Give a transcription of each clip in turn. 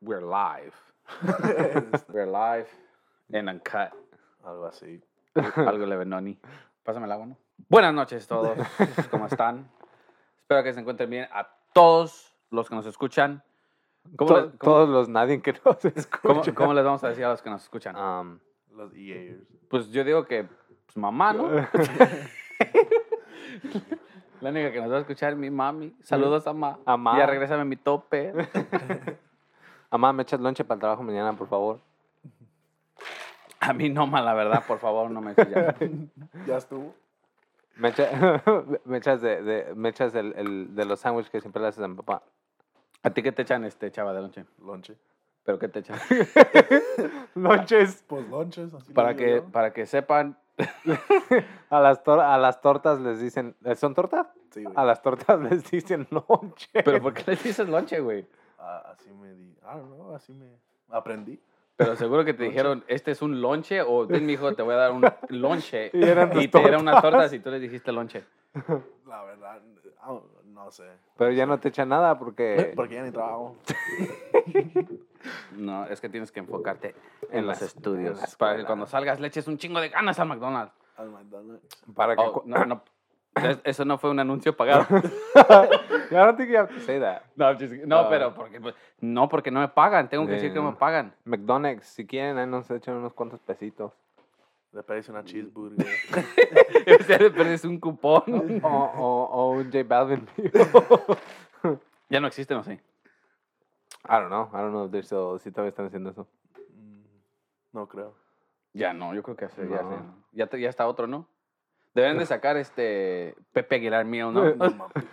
we're live. we're live and uncut. Algo así. Algo leve, Noni. Pásame el agua, ¿no? Buenas noches todos. ¿Cómo están? Espero que se encuentren bien a todos los que nos escuchan. ¿Cómo, To- les, cómo- Todos los nadie que nos cómo- escucha. cómo les vamos a decir a los que nos escuchan? Um, Los EAers. Pues yo digo que pues, mamá, ¿no? La única que nos va a escuchar es mi mami. Saludos a mamá. A ma. Ya regrésame mi tope. Amá, me echas lonche para el trabajo mañana, por favor. A mí no, ma, la verdad, por favor, no me ya. ¿Ya estuvo? Me, echa- me echas, de, de- me echas el, el- de los sándwiches que siempre le haces a mi papá. ¿A ti qué te echan, este, chava de lonche? Lonche. ¿Pero qué te echan? Lonches. Pues lonches, así para, le que, digo yo. para que sepan, A las, tor- a las tortas les dicen. ¿eh, ¿Son tortas? Sí, güey. A las tortas les dicen lonche. ¿pero por qué le dices lonche, güey? Ah, así me di. I don't know, así me. Aprendí. Pero seguro que te dijeron, este es un lonche, o ten, mijo, te voy a dar un lonche. Y eran tus te dieron unas tortas y tú les dijiste lonche. La verdad, I don't- no sé. Pero ya no te echan nada Eh, porque. Porque ya ni trabajo. No, es que tienes que enfocarte en, En los las- en estudios. para la que escuela. cuando salgas le eches un chingo de ganas al McDonald's. Al McDonald's. Para que Oh, cu- no, no, es- eso no fue un anuncio pagado. I don't think you have to say that. No, I'm just- no, Ah. pero porque, pues, no, porque no me pagan. Tengo que decir que no me Bien. pagan. McDonald's, si quieren, ahí nos echan unos cuantos pesitos. Le pedís una cheeseburger. O sea, le perdes un cupón. O, o, o un J Balvin. Ya no existe, no sé. I don't know. I don't know if they're still, si todavía están haciendo eso. Mm, no creo. Ya no, yo creo que hace, ya, hace- No. ya, te- ya está otro, ¿no? Deben de sacar este Pepe Aguilar mío, Eh, ¿no? No, mames.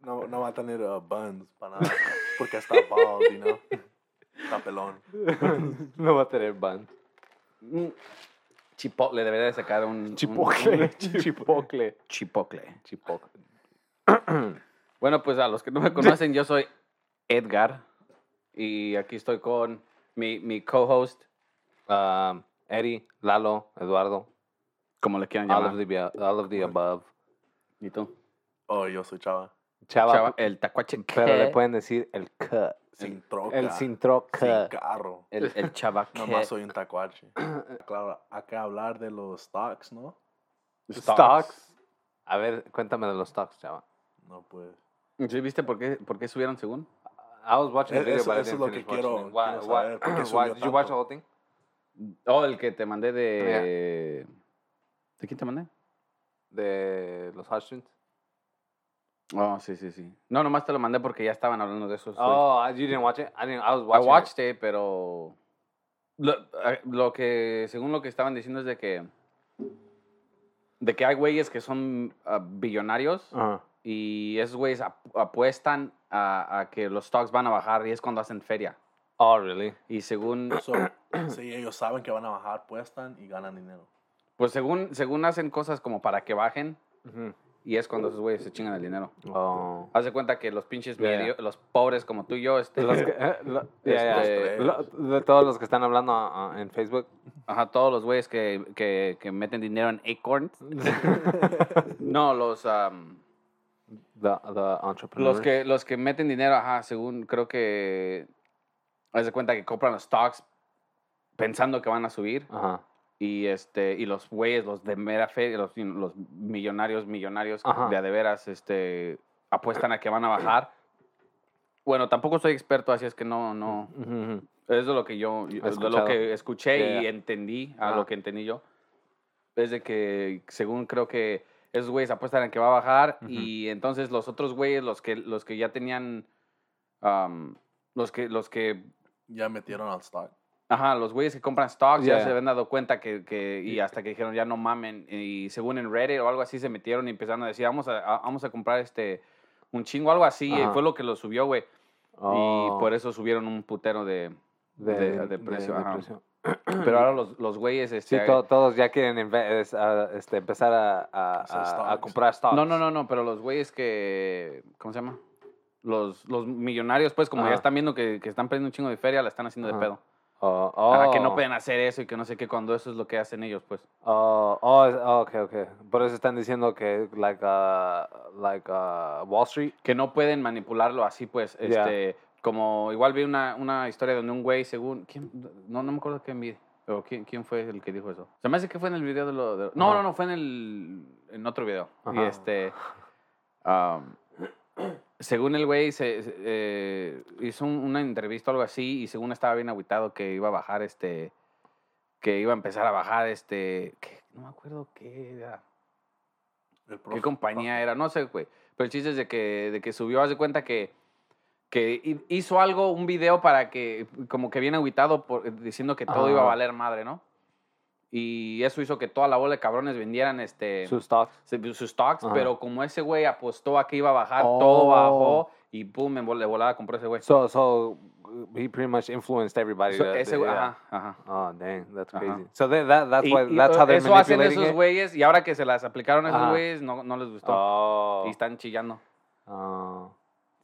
no, no va a tener uh, buns para nada. Porque está bald, you know. Está pelón. no va a tener band. Mm. Chipotle, debería de sacar un... un- Chipotle. un Chipotle. chipotle. Chipotle. Bueno, pues a los que no me conocen, yo soy Edgar. Y aquí estoy con mi, mi co-host, Um, Eddie, Lalo, Eduardo. como le quieran All of, llamar. the, be- all of the above. ¿Y tú? Oh, yo soy chava. Chava. Chava, el tacuache. Pero le ¿qué? pueden decir el cut. Sin troca. El cintro Sin cut. carro. El, el chava. Nomás ¿qué? soy un tacuache. claro, hay que hablar de los stocks, ¿no? Stocks. A ver, cuéntame de los stocks, chava. No, pues. ¿Sí viste por qué, por qué subieron según? I was watching the Eh, video, eso- but I eso es didn't lo finish que watching quiero- it. Why- quiero why- saber, ¿por qué why subió did you watch the tanto? whole thing? Oh, el que te mandé de... ¿De quién te mandé? De los Hashtags. Oh, sí, sí, sí. No, nomás te lo mandé porque ya estaban hablando de esos. Oh, you didn't watch it? I, didn't, I was I watching it. watched it, pero lo, eh, lo que según lo que estaban diciendo es de que de que hay güeyes que son ah, billonarios Ajá. y esos güeyes ap- apuestan a, a que los stocks van a bajar y es cuando hacen feria. Oh, really? Y según So, sí, ellos saben que van a bajar, puestan y ganan dinero. pues según según hacen cosas como para que bajen Ujú. y es cuando esos güeyes se chingan el dinero. Oh. Haz de cuenta que los pinches Ya, ya. medio- los pobres como tú y yo este Los que- eh, lo- ya, ya. Este- Lo- de todos los que están hablando ah, ah, en Facebook. Ajá, todos los güeyes que, que, que meten dinero en Acorns. no, los, am, The, the entrepreneurs. los, que, los que meten dinero, ajá, según creo que. Haz de cuenta que compran los stocks pensando que van a subir. Ajá. Y, este, y los güeyes, los de mera fe, los, los millonarios, millonarios Ajá. de a de veras, este, apuestan a que van a bajar. Bueno, tampoco soy experto, así es que no, no. Ujú, ujú. Es de lo que yo, de lo escuchado. que escuché Ya, y ya. entendí, a Ah. lo que entendí yo, es de que según creo que esos güeyes apuestan en que va a bajar Ujú. y entonces los otros güeyes, los que, los que ya tenían, am, los que, los que, Ya metieron al stock. ajá, los güeyes que compran stocks ya Ya. se habían dado cuenta que, que- y hasta que dijeron ya no mamen y según en Reddit o algo así se metieron y empezaron a decir vamos a, a- vamos a comprar este, un chingo, algo así, y Ajá. fue lo que lo subió, güey. Oh, Y por eso subieron un putero de, de, de precio. de ajá. precio. Pero ahora los, los güeyes, Sí, este... to- todos ya quieren en vez- ah, este, empezar a, a- Hacer a- a stocks. comprar stocks. no, no, no, no, pero los güeyes que... ¿Cómo se llama? Los, los millonarios, pues, como ya Ajá. están viendo que, que están perdiendo un chingo de feria, la están haciendo de Ajá. pedo. Oh, Ajá, que oh, no pueden hacer eso y que no sé qué, cuando eso es lo que hacen ellos, pues. Oh, oh, es- oh, ok, ok. Por eso están diciendo que, like, ah, like ah, Wall Street. Que no pueden manipularlo así, pues, Ya. este... como igual vi una, una historia donde un güey, según, ¿quién? No, no me acuerdo quién vi, pero ¿quién, quién fue el que dijo eso? Se me hace que fue en el video de lo... de- no, Ajá. no, no, fue en el, en otro video. Y Ajá. este, am, según el güey, se, se- eh, hizo un- una entrevista o algo así y según estaba bien aguitado que iba a bajar este, que iba a empezar a bajar este, ¿qué? no me acuerdo qué era. El ¿Qué profe. compañía era? No sé, güey. Pero el chiste es de que, de que subió, haz de cuenta que, que hi- hizo algo, un video para que, como que bien aguitado, por, diciendo que todo iba a Ajá. valer madre, ¿no? Y eso hizo que toda la bola de cabrones vendieran este, Sus stocks. se- sus stocks, Ajá. pero como ese güey apostó a que iba a bajar, todo bajó Oh. y pum, en vol- de volada compró ese güey. So, so he pretty much influenced everybody. So, that- ese that- güey, yeah. ajá, ajá. Oh, dang, that's Ajá. crazy. So that, that, that's Y- why y, that's eh, how they're eso hacen manipulating esos it. güeyes y ahora que se las aplicaron a esos Ajá. güeyes, no, no les gustó. Oh. Y están chillando. oh.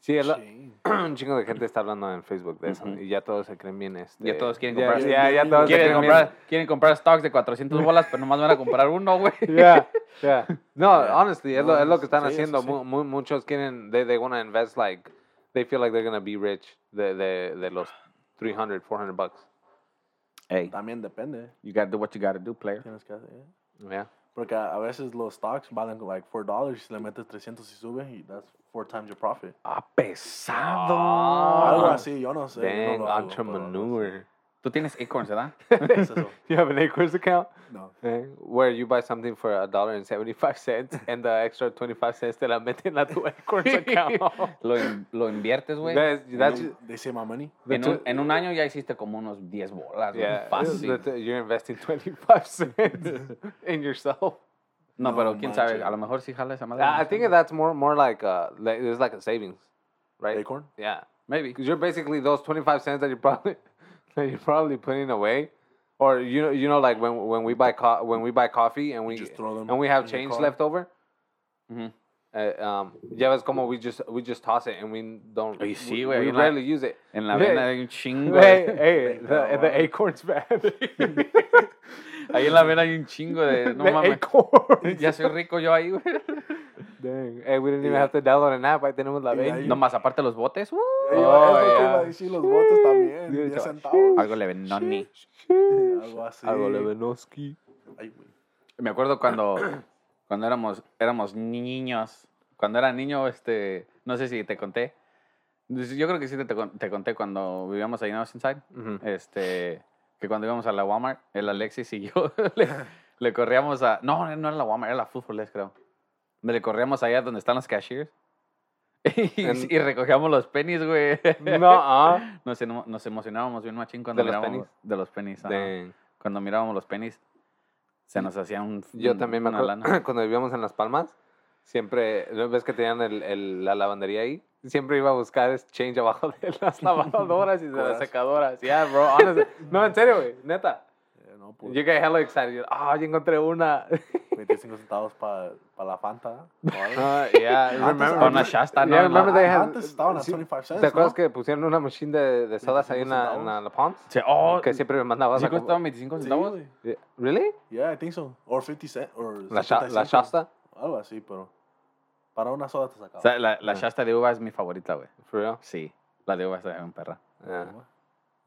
Sí, el- Shame. un chingo de gente está hablando en Facebook de eso. Ujú. Y ya todos se creen bien. Este, Ya todos quieren ya- comprar. Ya, ya todos Quieren se creen bien- comprar, quieren comprar stocks de 400 bolas, pero nomás van a comprar uno, güey. Yeah, yeah. No, Yeah. honestly, es, lo, No, es lo que eso- están sí, eso haciendo. sí. Mu- mu- muchos quieren, they, they want to invest like, they feel like they're going to be rich de, de, de los 300, 400 bucks. Hey, También depende. you gotta do what you gotta do, player. Tienes que hacer. Yeah. Porque a a veces los stocks valen like $4 y si le metes 300 y sube, y that's four times your profit. Ah, pesado. Algo Ah, así, yo no sé. yo Dang, no lo hago, pero algo entrepreneur. Tú tienes Acorns, ¿verdad? así. Es eso. You have an Acres account? No. Eh, where you buy something for a dollar and seventy five cents, and the extra twenty five cents te la meten a tu Acorns account. lo, in- lo inviertes, güey. That's- that's- You know, they say my money. the En tw- un, en un año ya hiciste como unos 10 bolas, güey. yeah, Fácil. the- you're investing twenty five cents in yourself. No, No pero quién sabe, manches. a lo mejor sí jala esa madre. I I no think sé. that's more more like uh, like it's like a savings, right? Acorn? Yeah, Maybe. because you're basically those twenty five cents that you probably that you're probably putting away, or you know you know like when when we buy co- when we buy coffee and we just throw them and we have in your change car. left over. Mm-hmm. Ujú. Uh, um, yeah, it's como we just we just toss it and we don't. Oye, sí, we- güey, We en la- rarely use it. En la Ve- vena hay un chingo. Hey, de- hey, Venga, the, vale. the acorns man. Ahí en la vena hay un chingo de. No the mames. acorns. Ya soy rico yo ahí, güey. Dang. Hey, we didn't even Yeah. have to download an app. I didn't la Yeah, vein. you- Nomás aparte los botes. ¡uh! Yo, Oh, eso te iba a yeah. decir, los botes también. Yeah, 10 chaval. centavos. Algo le ven, noni. Algo así. Algo Levinovsky. Ay, güey. Me acuerdo cuando, cuando éramos, éramos niños. Cuando era niño, este, no sé si te conté. Yo creo que sí te, te con- te conté cuando vivíamos ahí en Oceanside. Mm-hmm. Este, que cuando íbamos a la Walmart, el Alexis y yo le, le corríamos a... No, no era la Walmart, era la Foodfulness, creo. Le corríamos allá donde están los cashiers. Y, En- y recogíamos los pennies, güey. No, ah. Nos, emo- nos emocionábamos bien machín cuando ¿De los mirábamos... pennies? De los pennies, ajá. Dang. Cuando mirábamos los pennies, se nos hacía un... Yo un- también me una acuerdo lana. cuando vivíamos en Las Palmas, siempre, ¿no ves que tenían el, el- la lavandería ahí? Siempre iba a buscar es- change abajo de las lavadoras y de las Corazo. secadoras. Yeah, bro, honestly. No, en serio, güey, neta. Eh, no, pues, Yo get hella excited. Yo, Ah, ya encontré una. 25 centavos para la Fanta. o algo. Ah, yeah, remember. O una Shasta, ¿no? Yeah, remember La- they had- Antes estaban a sí, 25 cents, ¿Te acuerdas ¿no? que pusieron una machine de, de sodas ahí en la, en la, la Palms? Sí, oh, Que siempre me mandabas ¿sí a costaba comprar. 25 Sí, centavos? güey. Yeah, ¿Really? Yeah, I think so. Or 50 cents. Or La, sha- la 75. Shasta? Algo así, pero. Para una soda te sacaba. O sea, la, la Ah. Shasta de uva es mi favorita, güey. For real? Sí, la de uva está bien perra. Yeah. Uva.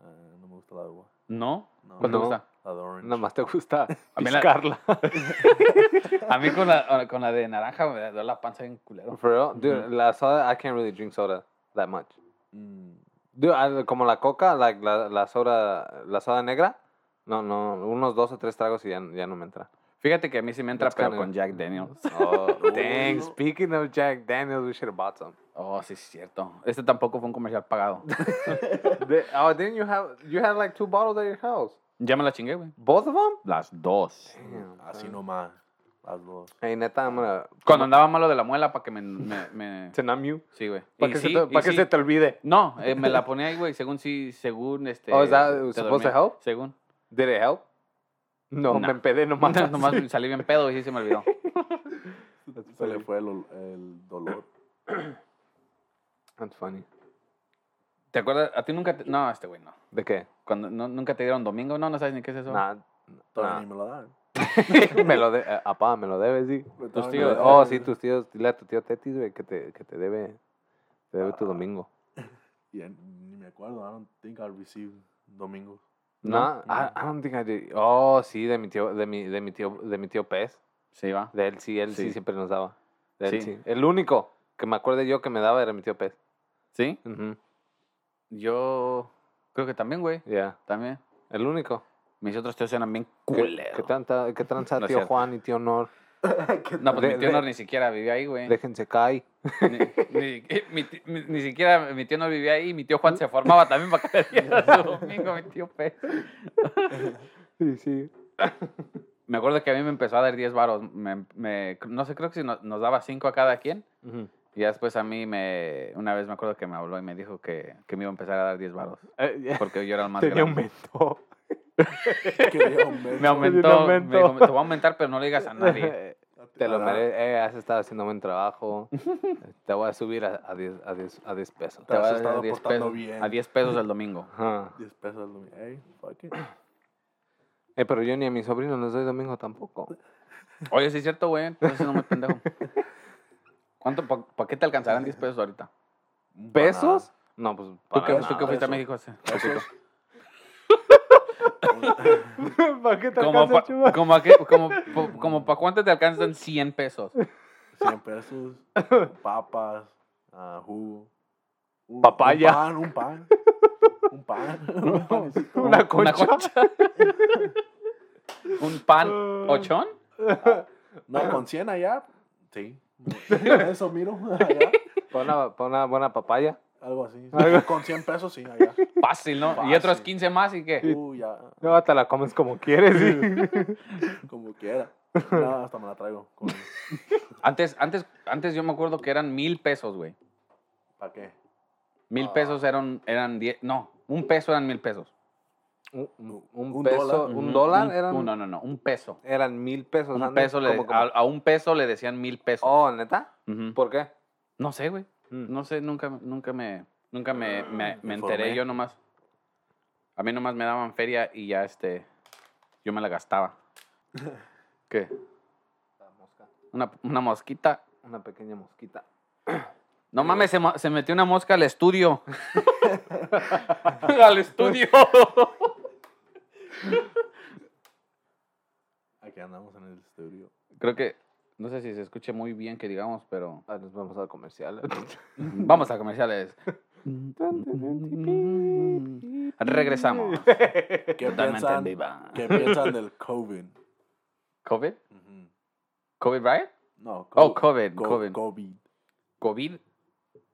Eh, no me gusta la de uva. ¿No? No, ¿Cuál te Pues No. gusta? la de orange. Nada más te gusta A mí la- piscarla. A mí con la, con la de naranja me da la panza bien culero. For real? Dude, Mhm. la soda, I can't really drink soda that much. Mm, Dude, al- como la coca, la, la, la soda, la soda negra, no, no, unos dos o tres tragos y ya, ya no me entra. Fíjate que a mí sí me entra, That's pero kinda- con Jack Daniels. Oh, dang, no. speaking of Jack Daniels, we should have bought some. Oh, sí, es cierto. Este tampoco fue un comercial pagado. The- oh, didn't you have, you had like two bottles at your house? Ya me la chingué, güey. Both of 'em? them? Las dos. Damn, mm, así son. nomás. Las dos. Hey, neta, I'm gonna... Cuando andaba malo de la muela para que me... me- me- To numb you. Sí, güey. Para Y que, sí, se, te, y pa' que sí. se te olvide. No, eh, me la ponía ahí, güey, según sí, según este... Oh, is that te supposed to dormía. help? Según. Did it help? No, No. me empedé nomás. Nomás, nomás salí bien pedo y sí se me olvidó. Se le fue el, ol- el dolor. That's funny. ¿Te acuerdas? A ti nunca... te- No, este güey no. ¿De qué? Cuando no- nunca te dieron domingo, no, no sabes ni qué es eso. Nah, Todavía nah. ni me lo dan. me lo de, eh, apá, me lo debes, sí. Todavía ni tíos. me Pero- lo Oh, dan. sí, tus Ah, tíos, dile a tu tío Tetis, güey, que te, que te debe, te debe tu domingo. Y en- recuerdo. I don't think I received domingos. No, No, I, I don't think I did. Oh, sí, de mi tío, de mi, de mi tío, de mi tío Pez. Sí, va. De él sí, él sí, Sí. siempre nos daba. De él Sí. sí. El único que me acuerdo yo que me daba era mi tío Pez. Sí, Ujú, yo creo que también, güey. Ya. También. El único. Mis otros tíos eran bien ¿Qué- culeros. ¿Qué, tanta, qué tranza No es tío cierto. Juan y tío Nor? No, pues De- mi tío de- no ni siquiera vivía ahí, güey. Déjense caer. Ni, ni- mi ti- mi- ni siquiera mi tío no vivía ahí. Mi tío Juan se formaba también para que le diera su domingo, mi tío Pez. Sí, sí. Me acuerdo que a mí me empezó a dar 10 varos. Me- me- no sé, creo que si no- nos daba 5 a cada quien. Ujú. Y ya después a mí, me, una vez me acuerdo que me habló y me dijo que, que me iba a empezar a dar 10 varos. Eh, ya. Porque yo era el más Tenía grande. aumento. Quería un beso. Me aumentó. aumento. Me dijo, te voy a aumentar, pero no le digas a nadie. Eh, Te lo Para- mereces. Eh, has estado haciendo buen trabajo. Te voy a subir a, a 10, a 10 a 10 pesos. Te has vas a dar estado 10 portando pesos, bien. a 10 pesos el domingo. Ajá. 10 pesos al domingo. Hey, fuck it. Eh, pero yo ni a mis sobrinos les doy domingo tampoco. Oye, sí es cierto, güey. Entonces no me pendejo. ¿Cuánto, ¿Para qué te alcanzarán 10 pesos ahorita? Un ¿Pesos? No, pues. ¿Tú que, para tú que nada, fuiste a Ah, eso. México hace banana. poquito. Pesos. Un- ¿Para qué te Como, alcanza, pa- chuba? como, a qué- como, po- como para cuánto te alcanzan 100 pesos. 100 pesos. Papas. ah, jugo. un- Papaya. Un pan, un pan. Un pan. Un panecito. Una concha. ¿Un pan Ah. ochón? No, con 100 allá. Sí. Eso miro. Allá. Para una, pa' una buena papaya. Algo así. Algo- Con 100 pesos, sí, allá. Fácil, ¿no? Y otros Fácil. 15 más y qué. Uh, ya. No, te la comes como quieres. ¿sí? Como quiera. No, hasta me la traigo. con- Antes, antes, antes yo me acuerdo que eran mil pesos, güey. ¿Para qué? Mil Ah. pesos eran, eran diez, no, un peso eran mil pesos. un, un- un Un peso, dólar. un Ujú, dólar un- eran, un- no, no, no, un peso. eran mil pesos. Un antes, peso le- como- como- a, a un peso le decían mil pesos. Oh, neta. Mm. Ujú. ¿Por qué? No sé, güey. No sé, nunca, nunca me, nunca me, me, me enteré Ah, Informé. yo nomás. A mí nomás me daban feria y ya este, yo me la gastaba. ¿Qué? La mosca. Una, una mosquita. Una pequeña mosquita. No mames, se, mo- se metió una mosca al estudio. al estudio. Aquí andamos en el estudio. Creo que, no sé si se escuche muy bien que digamos, pero Ah, nos vamos al comercial. vamos a comerciales. Regresamos. ¿Qué Totalmente piensan, en viva. ¿Qué piensan del COVID? ¿COVID? Ujú. ¿COVID, right? No, Oh, co- COVID, co- COVID. COVID. ¿COVID?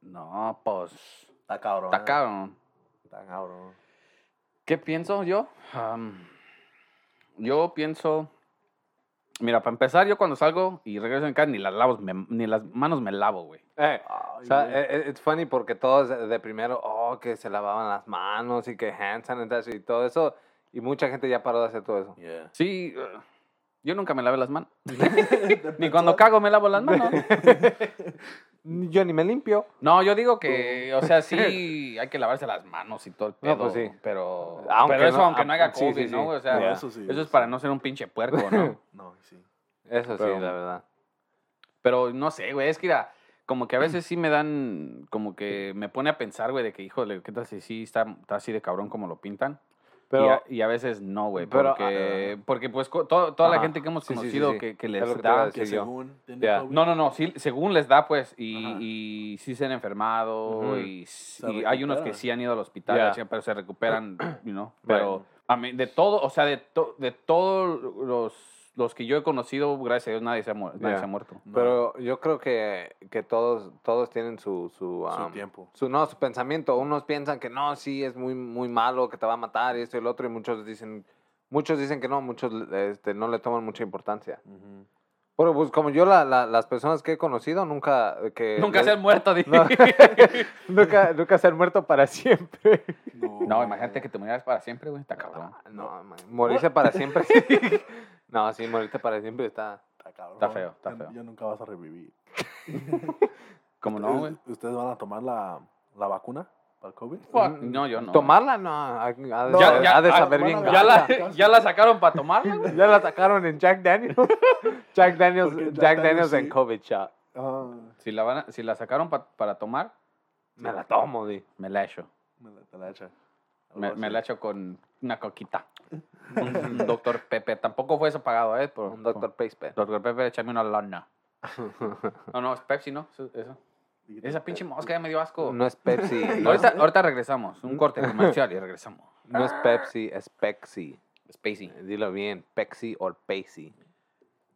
No, pues, Está cabrón. está eh. cabrón. Está cabrón. ¿Qué pienso yo? Am, yo pienso. Mira, para empezar, yo cuando salgo y regreso en casa ni las lavo, me- ni las manos me lavo, güey. Eh, Ay, o sea, güey. eh, eh, it's funny porque todos de de primero, oh, que se lavaban las manos y que hand sanitizer y todo eso. Y mucha gente ya paró de hacer todo eso. Yeah. Sí, eh, yo nunca me lavé las manos. Ni Depende- cuando cago me lavo las manos. Yo ni me limpio. No, yo digo que, o sea, sí hay que lavarse las manos y todo el pedo. No, pues sí. Pero, Aunque pero eso no- aunque no haga ah, sí, COVID, sí, sí. ¿no? güey? O sea, No, eso, eso sí, es eso para sí. no ser un pinche puerco, ¿no? No, sí. Eso Pero- sí, la verdad. Pero no sé, güey, es que mira, como Mm. que a veces sí me dan, como que me pone a pensar, güey, de que, híjole, ¿qué tal si sí está, está así de cabrón como lo pintan? Pero, y, a, y a veces no, güey, pero, ah, porque, porque pues co- to- toda la Ajá, gente que hemos sí, sí, sí, conocido sí. Que, que Es les lo que te iba a da... decir. Que Sí, yo. según tiene Ya. COVID, Ah, No, no, no, sí, según les da, pues, y, Ajá. y sí se han enfermado, Ujú. y, Se y hay unos que recuperan. sí han ido al hospital, Ya. así, pero se recuperan, you know, Right. pero a mí, de todo, o sea, de, to- de todos los, los que yo he conocido, gracias a Dios, nadie se ha, mu- nadie Ya. se ha muerto. no, pero yo creo que, que todos, todos tienen su... Su, su am, um, tiempo. su- no, su pensamiento. Unos piensan que no, sí, es muy, muy malo, que te va a matar y esto y el otro. Y muchos dicen, muchos dicen que no, muchos este, no le toman mucha importancia. Ujú. Pero pues como yo, la- la- las personas que he conocido nunca... eh, Que Nunca les- se han muerto, dije. No. nunca, nunca se han muerto para siempre. No, imagínate que te murieras para siempre, güey, está cabrón. No, man, morirse para siempre sí. No, sí, morirte para siempre está... Está cabrón. Está feo, está Ya- feo. Ya nunca vas a revivir. ¿Cómo no, güey? ¿Ustedes- ¿Ustedes van a tomar la, la vacuna para el COVID? Fuck, Mm, No, yo no. Tomarla, no. Ha, ha de, No, saber- ya- ha de ah, saber bien. bueno, Ya gacha. la, ya la sacaron para tomarla, güey. Ya la atacaron en Jack Daniels. Jack Daniels, Porque Jack, Jack Daniels Daniels en sí. COVID shot. Ah, Si la, van a- si la sacaron pa- para tomar, Me la tomo, di. me la echo. me la- Te la echa. Me, me la echo con una coquita. Un Doctor Pepe. Tampoco fue eso pagado, ¿eh? Por, Un Dr. Pace Doctor Pepe, échame una lana. No, no, es Pepsi, ¿no? Eso- eso. Esa pinche mosca ya me dio asco. No es Pepsi. No es, ahorita, ahorita regresamos. Un corte comercial y regresamos. no es Pepsi, es Pepsi. Eh, Spacey. Dilo bien, Pepsi o Pepsi.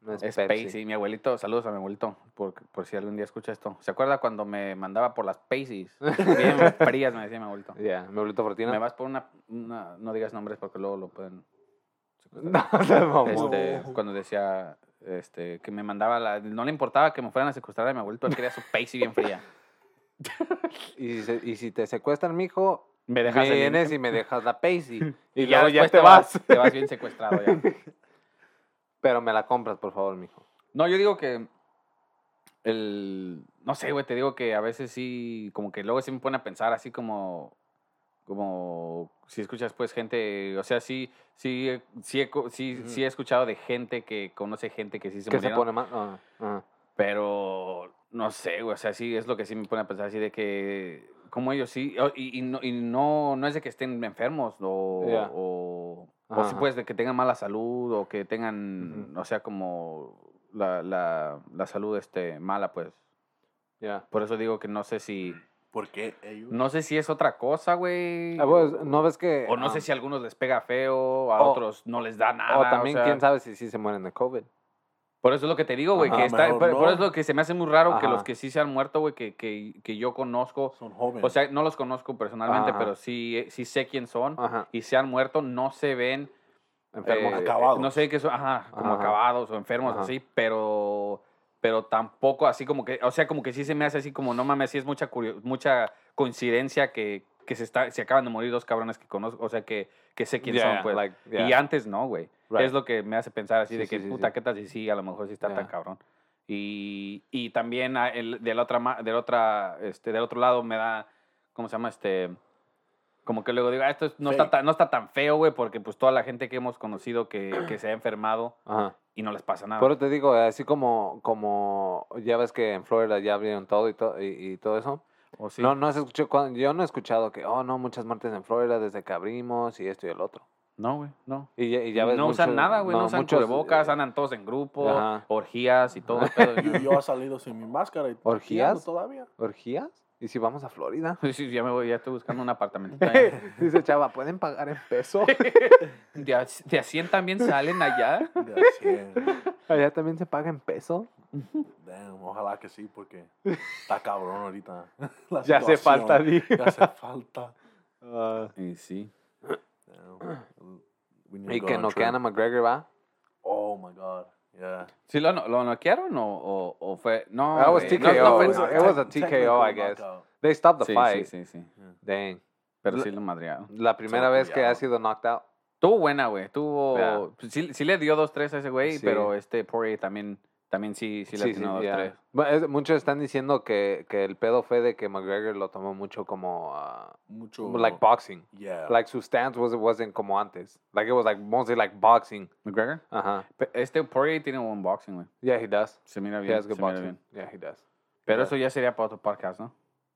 No es, Es Pepsi. Pacey, mi abuelito, saludos a mi abuelito, por, por si algún día escucha esto. ¿Se acuerda cuando me mandaba por las Paceys? Bien frías, me decía mi abuelito. Ya, me volvió Fortina. Me vas por una, una- no digas nombres porque luego lo pueden... No, seas mamón. Este, Cuando decía este, que me mandaba, la, no le importaba que me fueran a secuestrar a mi abuelito, él quería su Pacey bien fría. Y, si se- y si te secuestran, mijo, Me dejas en- vienes y me dejas la Pepsi. Y, ya luego ya, después te vas. Te vas bien secuestrado ya. Pero me la compras, por favor, mijo. No, yo digo que el no sé, güey, te digo que a veces sí como que luego sí me pone a pensar así como como si escuchas pues gente, o sea, sí sí eh, sí he, co- sí, sí he escuchado de gente que conoce gente que sí se que se murieron, pone mal. Ah, ah. pero no sé, güey, o sea, sí es lo que sí me pone a pensar así de que como ellos sí o- y, y no y no no es de que estén enfermos o Ya. o, o Ajá, sí ajá. pues de que tengan mala salud o que tengan, o sea, como la, la, la salud este, mala, pues. Ya. Por eso digo que no sé si. ¿Por qué ellos? No sé si es otra cosa, güey. Ah, pues, no ves que. o no ah, sé si a algunos les pega feo, a o- otros no les da nada. O también, sea, quién sabe si sí se mueren de COVID. Por eso es lo que te digo, güey. Ajá, que está- mejor por, por no. eso es lo que se me hace muy raro que Ajá. los que sí se han muerto, güey, que, que, que yo conozco. Son jóvenes. O sea, no los conozco personalmente, Ajá. pero sí, sí sé quién son. Ajá. Y se han muerto, no se ven Enfermos. eh, Acabados. No sé qué son, ajá, como Ajá. acabados o enfermos Ajá. así, pero pero tampoco así como que, o sea, como que sí se me hace así como, no mames, sí es mucha curio- mucha coincidencia que, que se está se acaban de morir dos cabrones que conozco, o sea, que, que sé quién Yeah, son, pues. like, yeah. Y antes no, güey. Right. Es lo que me hace pensar así Sí, de sí, que, sí, puta, sí. qué tal si sí, a lo mejor sí está tan Yeah. cabrón. Y, y también a- el- de la otra, ma- de la otra, este, del otro lado me da, ¿cómo se llama? Este, como que luego digo, "Ah, esto es- no está, Fake. tan, no está tan feo, güey, porque pues toda la gente que hemos conocido que, que se ha enfermado Ajá. y no les pasa nada. Por eso te digo, así como, como ya ves que en Florida ya abrieron todo y, to- y, y todo eso. ¿O sí? No, no has escuchado, cuan- yo no he escuchado que, oh, no, muchas muertes en Florida desde que abrimos y esto y el otro. No, güey, no. Y, ya- y ya ves no usan muchos- nada, güey, no, usan muchos, cubrebocas, eh, andan todos en grupo, Ajá. orgías y todo. el pedo, y yo, yo he salido sin mi máscara y ¿Orgías? tirando todavía. ¿Orgías? ¿Y si vamos a Florida? Sí, sí, ya me voy, ya estoy buscando un apartamento. Dice Chava, ¿pueden pagar en peso? ¿De, a, de a 100 también salen allá? De a cien. ¿Allá también se paga en peso? Damn, ojalá que sí, porque está cabrón ahorita. la Ya hace situación. falta, dije. Ya hace falta. Y sí. Damn. We need to Y go que on a no trip. a McGregor, ¿va? Oh my god. Yeah. ¿Sí lo, no- lo noquearon o, o, o fue...? No, Ah, was güey, TKO, no, no fue- it was a- it was a tec- TKO, I technical guess. knockout. They stopped the sí, fight. sí, sí, sí. Dang. Pero sí lo madrearon. La primera vez que pillaron. ha sido knocked out. Tuvo buena, güey. Tuvo... Yeah. pues Sí, sí le dio dos, tres a ese güey, Sí. pero este Poirier también, también sí, sí le atinó dos, ya. tres. Bueno, es- muchos están diciendo que, que el pedo fue de que McGregor lo tomó mucho como ah, Mucho. like boxing. Yeah. Like su stance was, wasn't como antes. Like it was like mostly like boxing. ¿McGregor? Ajá. Pe- Este Poirier tiene buen boxing, güey. Yeah, he does. Se mira He bien, has se good mira boxing. bien. Yeah, he does. Pero Yeah. eso ya sería para otro podcast, ¿no?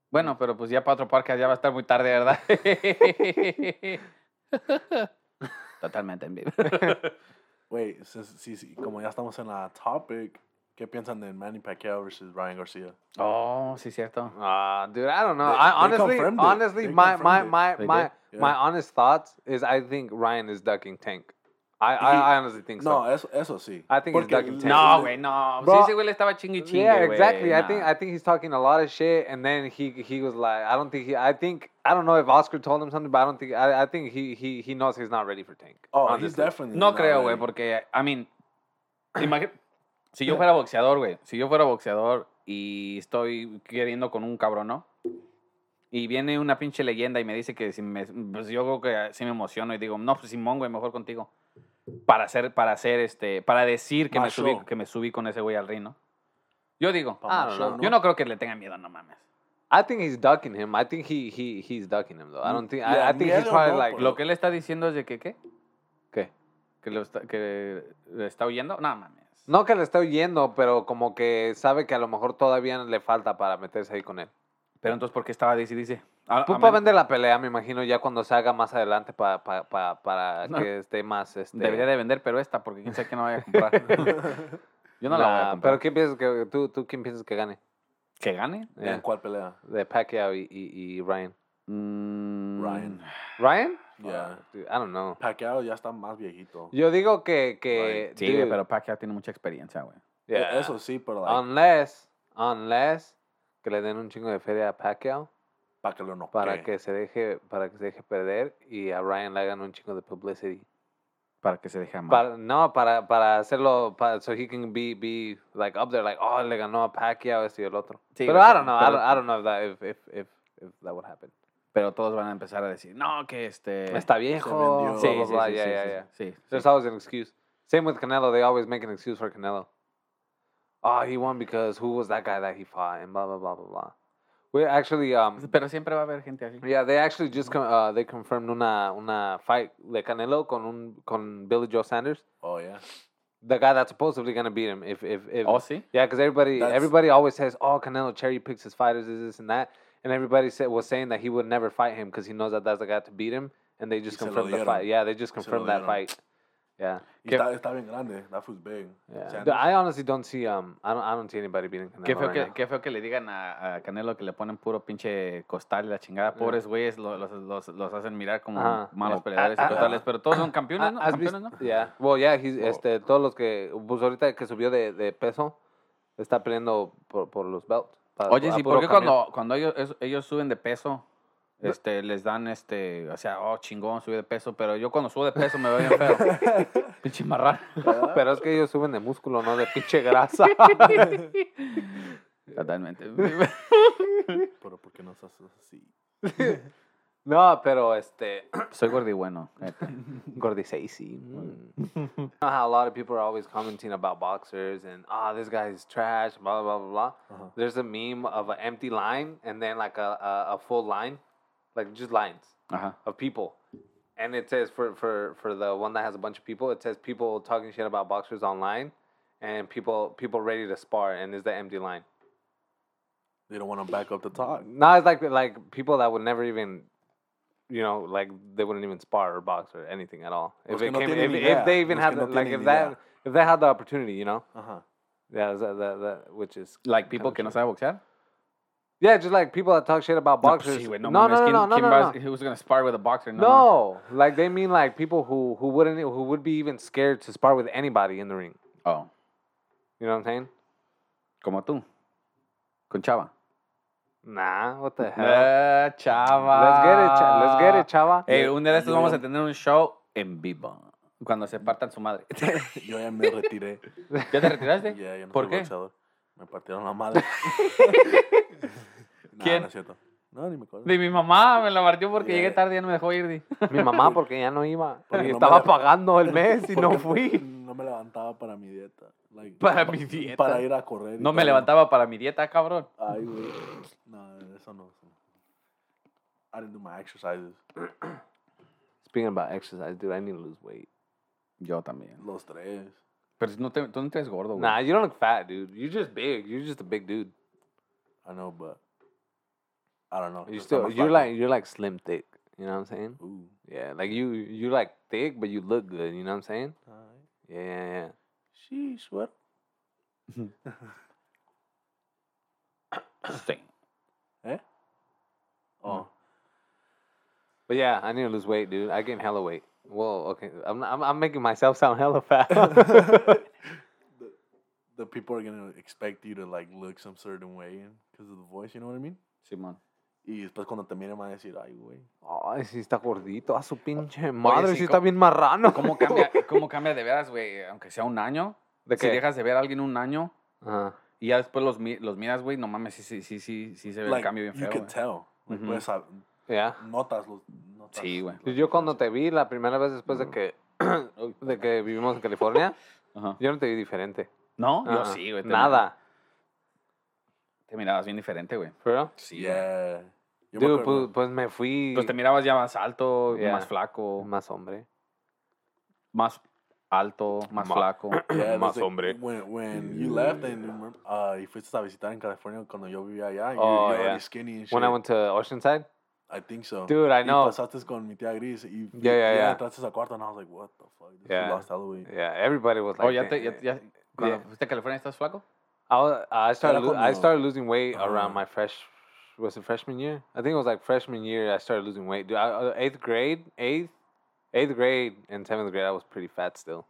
Bueno, pero pues ya para otro podcast ya va a estar muy tarde, ¿verdad? Totalmente en vivo. Wait, si, si, si- como ya estamos en la topic, ¿qué piensan de Manny Pacquiao versus Ryan Garcia? Oh, sí, cierto. Uh, dude, I don't know. They- I, they honestly, confirmed it. honestly, They my my confirmed it. my They my, did? my Yeah. honest thoughts is I think Ryan is ducking Tank. I I, He- I honestly think so. No, eso, eso sí. I think it's Porque like a le- ten. No, güey, no. Bro. Sí, ese güey le estaba chingue y chingue, yeah, güey, exactly. I nah. think I think he's talking a lot of shit, and then he he was like, I don't think he. I think I don't know if Oscar told him something, but I don't think I, I think he he he knows he's not ready for Tank. Oh, he's honestly. definitely. No not creo, güey, ready. porque, I mean, imagi- si yo fuera boxeador, güey, si yo fuera boxeador y estoy queriendo con un cabrón, ¿no? Y viene una pinche leyenda y me dice que si me, pues yo creo que sí me emociono y digo, no, pues Simón, güey, mejor contigo. Para hacer, para hacer este, para decir que, me Más subí, show. que me subí con ese güey al ring, ¿no? Yo digo, Pa' Ah, más no, show, yo no creo que le tenga miedo, no mames. I think he's ducking him. I think he he he's ducking him though. I don't think I, Yeah, I think he's miedo probably no, like pero- Lo que él está diciendo es de que, ¿qué? ¿Qué? Que lo está, que le está huyendo. No mames. No que le está oyendo, pero como que sabe que a lo mejor todavía le falta para meterse ahí con él. Pero entonces, ¿por qué estaba dice y dice? A- a Pupa men- vende la pelea, me imagino, ya cuando se haga más adelante pa- pa- pa- para No. que esté más... Este, Debería de vender, pero esta, porque quién sabe que no vaya a comprar. Yo no la voy a Nah, comprar. Pero ¿quién piensas que, tú, tú quién piensas que gane? ¿Que gane? Yeah. ¿En cuál pelea? De Pacquiao y, y- y Ryan. Mm, Ryan. ¿Ryan? Yeah. Fuck, dude, I don't know. Pacquiao ya está más viejito. Yo digo que... que Sí, dude, güey, pero Pacquiao tiene mucha experiencia, güey. E- yeah. Um, Eso sí, pero like, Unless, unless que le den un chingo de feria a Pacquiao para que lo no para que se deje para que se deje perder y a Ryan le hagan un chingo de publicity. Para que se deje amar. Para, no, para, para hacerlo, para, so he can be, be like up there, like, oh, le ganó a Pacquiao, esto y el otro. Sí, pero güey, I pero- don't know, I pero- don't, I don't know if that, if, if, if, if that would happen. Pero todos van a empezar a decir, no, que este... Está viejo, vendió. Eh, Sí, blah, blah, sí, blah, sí, yeah, sí, yeah, sí, yeah. sí, sí, There's sí. always an excuse. Same with Canelo, they always make an excuse for Canelo. Oh, he won because who was that guy that he fought, and blah, blah, blah, blah, blah. We actually, um, Pero siempre va a haber gente así. Yeah, they actually just con- uh, they confirmed una una fight de Canelo con un con Billy Joe Sanders, Oh, yeah. the guy that's supposedly gonna beat him. If if if ¿Oh, sí? yeah, because everybody That's- everybody always says, oh, Canelo cherry picks his fighters, this, this and that, and everybody said was saying that he would never fight him because he knows that that's the guy to beat him, and they just se lo confirmed the dieron. fight. Yeah, they just lo confirmed that dieron. fight. Yeah, Y Que- está, está bien grande. That food's big. yeah. Sanders. Dude, I honestly don't see um I don't I don't see anybody beating Canelo. Qué feo, right que, now. qué feo que le digan a, a Canelo que le ponen puro pinche costal y la chingada. Pobres güeyes, lo- los, los, los hacen mirar como Ajá. malos Como- peleadores Ah, y ah, costales. Pero todos son campeones, Ah, ¿no? ¿has visto? Campeones, ¿no? Yeah. Well, yeah, he's, Oh. este, todos los que, pues ahorita que subió de, de peso, está peleando por, por los belts. pa- Oye, a sí, puro ¿por qué camión. cuando, cuando ellos, es- ellos suben de peso, este, les dan este, o sea, oh, chingón, subí de peso, pero yo cuando subo de peso me veo bien feo. Pinche marrano. Pero es que ellos suben de músculo, no de pinche grasa. Totalmente. Pero ¿por qué no estás así? no, pero este, Soy gordi bueno. gordiseisi. Mm. You know how a lot of people are always commenting about boxers and, ah, this guy is trash, blah, blah, blah, blah. Uh-huh. There's a meme of an empty line and then like a, a, a full line, like just lines. Ajá. of people. And it says for, for, for the one that has a bunch of people, it says people talking shit about boxers online and people people ready to spar and is the empty line. They don't want to back up the talk. Now it's like like people that would never even you know, like they wouldn't even spar or box or anything at all. If Los it que no came, tienen if, ni if they idea, even los had que the, no like tienen if ni that idea. if they had the opportunity, you know? Ajá. Yeah, that, that, that which is Like people Kinda que no saben true. boxear. pues Yeah, just like people that talk shit about boxers. Sí, No, güey, no, no, mames, no, ¿quién- no, no, quién no, va- Who's gonna spar with a boxer? No. mames. No, like they mean like people who who wouldn't who would be even scared to spar with anybody in the ring. Oh, You know what I'm saying? como tú. Con Chava. Nah, what the hell? Eh, Chava. Let's get it, cha- let's get it, chava. Eh, un día de estos Yo- vamos a tener un show en vivo. Cuando se partan su madre. Yo ya me retiré. ¿Ya te retiraste? Ya, ya no ¿Por soy qué? boxeador. Me partieron la madre. Nah, ¿Quién? No es cierto. No, ni me acuerdo. De mi mamá me la partió porque Ya, llegué ya. tarde y ya no me dejó ir. di. Mi mamá porque ya no iba. Porque y no me estaba dejó. pagando el mes y no Porque fui. No me levantaba para mi dieta. Like, Para mi dieta. Para ir a correr. y No me todo. levantaba para mi dieta, cabrón. Ay, güey. No, eso no. eso no. I didn't do my exercises. Speaking about exercise, dude, I need to lose weight. Yo también. Los tres. Pero no te- tú no te ves gordo, güey. Nah, you don't look fat, dude. You're just big. You're just a big dude. I know, but I don't know. You Just not still my you're fucking- like you're like slim thick. You know what I'm saying? Ooh. Yeah, like you you like thick, but you look good. You know what I'm saying? Alright. Yeah, yeah, yeah. Sheesh, what? Sí. Eh? Oh. But yeah, I need to lose weight, dude. I gained hella weight. Whoa, okay. I'm not- I'm, I'm making myself sound hella fat. The people are gonna expect you to like look some certain way because of the voice, you know what I mean? Simón. Y después cuando te miren van a decir, ay, güey. Ay, sí está gordito. A su pinche madre, sí, sí está ¿cómo- bien marrano. ¿Cómo cambia, ¿Cómo cambia de veras, güey? Aunque sea un año. ¿De Si qué? dejas de ver a alguien un año Ajá. y ya después los, mi- los miras, güey, no mames, sí, sí, sí, sí, sí se ve el Like, cambio bien you feo, can güey. tell. Like, Ujú. puedes sab- Ya. notas los. Notas Sí, güey. Yo cuando te vi la primera vez después de que, de que vivimos en California, Ajá. yo no te vi diferente. ¿No? Yo Ah, sí, güey. te- Nada. Te mirabas bien diferente, güey. ¿For real? Sí, güey. Yeah. Yo Dude, me pues, acuerdo- pues me fui Pues te mirabas ya más alto, Yeah. más flaco, más hombre. más alto, más Ma- flaco. Yeah, Más that's like, hombre. When, when you left and you remem- uh, y fuiste a visitar en California cuando yo vivía allá, you- Oh, you're yeah. already skinny and shit. When I went to Oceanside, I think so. Dude, I Y know. pasaste con mi tía Gris y Yeah, yeah, yeah. entraste a cuarto and I was like, what the fuck? This Yeah. Eh. yeah. lost all the way. Yeah, everybody was like. Oh, ya "Damn." te, ya, ya- cuando fuiste a California estás flaco? I, was, I started. Era lo- I como- started losing weight around Ah. my fresh. Was it freshman year? I think it was like freshman year. I started losing weight. Dude, I, uh, eighth grade, eighth, eighth grade, and seventh grade, I was pretty fat still.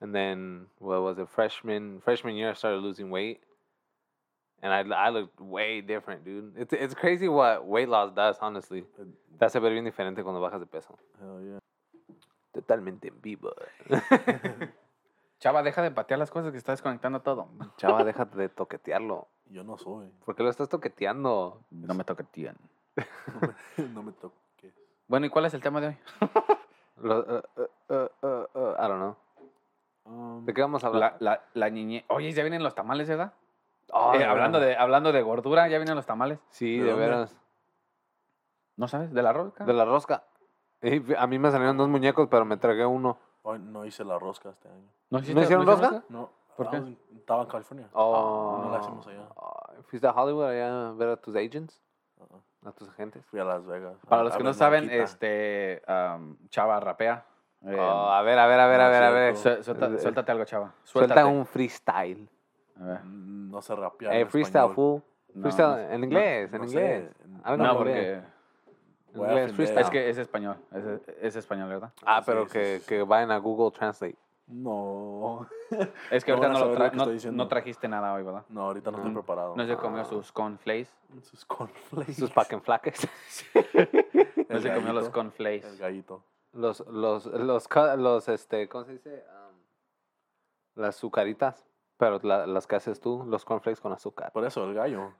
And then what was it? Freshman, freshman year, I started losing weight, and I, I looked way different, dude. It's it's crazy what weight loss does, honestly. That's a ver bien diferente cuando bajas de peso. Hell yeah. Totalmente en vivo. eh. Chava, deja de patear las cosas que estás desconectando todo. Chava, déjate de toquetearlo. Yo no soy. ¿Por qué lo estás toqueteando? No me toca tío. no me toques. Bueno, ¿y cuál es el tema de hoy? Lo- uh, uh, uh, uh, uh, I don't know. Um, ¿De qué vamos a La, hablar? la, la niñez. Oye, ya vienen los tamales, ¿verdad? Oh, Eh, hablando, veras. de, hablando de gordura, ya vienen los tamales. Sí, ¿De de dónde? Ah. veras. ¿No sabes? ¿De la rosca? De la rosca. Eh, A mí me salieron dos muñecos, pero me tragué uno. hoy no hice la rosca este año. ¿No, ¿No hicieron rosca? No. ¿Por I qué? was in- Estaba en California. Oh. no la hicimos allá. Ay, ¿Fuiste a Hollywood allá a ver a tus agents? Uh-uh. ¿A tus agentes? Fui a Las Vegas. Para a- los Ah, a que ver no saben, Marquita. este, am, Chava rapea. Eh, Oh, a ver, a ver, a ver, a no ver, a es ver. suel- cierto. suelta- eh, suéltate algo, Chava. Suéltate. Suelta un freestyle. A ver. Mm, No se rapea. Eh, en freestyle, español. fool. No, Freestyle no en inglés, en no sé, inglés. Algo No, en inglés. porque En Voy a inglés, aprender. freestyle. es que es español. Es, es español, ¿verdad? Ah, Sí, pero sí, que, sí. que vayan a Google Translate. No. Es que ahorita No van a no, lo saber lo tra- que no- estoy diciendo. no trajiste nada hoy, ¿verdad? No, ahorita no, estoy No. preparado. Ah, No se comió Ah. sus cornflakes. Sus cornflakes. Sus paquenflaques. No El se comió los gallito, cornflakes. El gallito. Los, los, los, ca- los, este, ¿cómo se dice? Am, las azucaritas. Pero la- las que haces tú, los cornflakes con azúcar. Por eso, el gallo.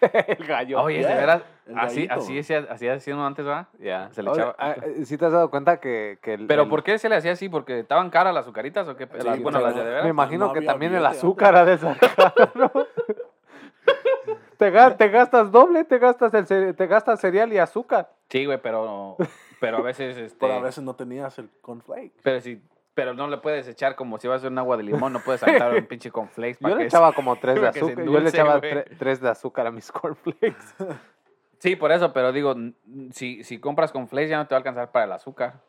el gallo. Oye, Yeah, de veras, el así, gallito. así, hacía- así hacía uno antes, ¿verdad? Ya. se le Oye, echaba- ah, eh, ¿Sí te has dado cuenta que, que el- ¿Pero el- por qué se le hacía así? ¿Porque estaban caras las azucaritas o qué? pe- Sí, las- bueno, pero- las de de me veras. Me imagino No que había también el billete azúcar ha de sacar, ¿no? te, ga- te gastas doble, te gastas, el, cere- te gastas cereal y azúcar. Sí, güey, pero, pero a veces, este, Pero a veces no tenías el cornflake. pero si, pero no le puedes echar como si vas a hacer un agua de limón, no puedes saltar un pinche con flakes Yo para le que echaba como tres de para que se azúcar. Yo le endulce, echaba güey. tre- tres de azúcar a mis cornflakes. Sí, por eso, pero digo, n- si, si compras con flakes ya no te va a alcanzar para el azúcar.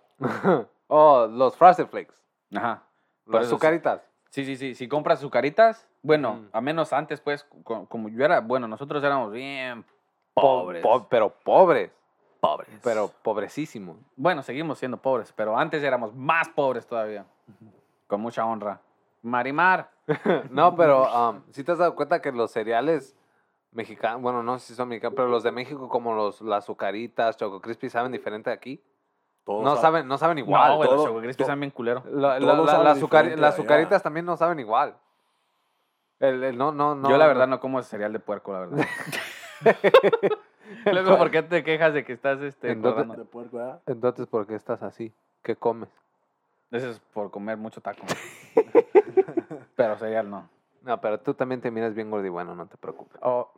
oh, los frosted flakes. Ajá. Por Las eso sí. azucaritas. Sí, sí, sí. Si compras azucaritas, bueno, Ujú. a menos antes, pues, co- como yo era, bueno, nosotros éramos bien Po- pobres. po- pero pobres. pobres. Pero pobrecísimo. Bueno, seguimos siendo pobres, pero antes éramos más pobres todavía. Con mucha honra. Marimar. No, pero si te has dado cuenta que los cereales mexicanos, bueno, no sé si son mexicanos, pero los de México como los las azucaritas, Choco Crispy, saben diferente aquí. Todos No sab- saben, no saben Wow, igual. güey, los todo- Choco Crispies están bien culero. La- la- todo la- sabe las azucari- diferente las allá. azucaritas también no saben igual. El- el- no, no, no. yo la verdad no como cereal de puerco, la verdad. Luego, ¿por qué te quejas de que estás este, Entonces- engordando? De puerco, ¿verdad? Entonces, ¿por qué estás así? ¿Qué comes? Eso es por comer mucho taco. pero cereal no. No, pero tú también te miras bien gordo y bueno, no te preocupes. Oh,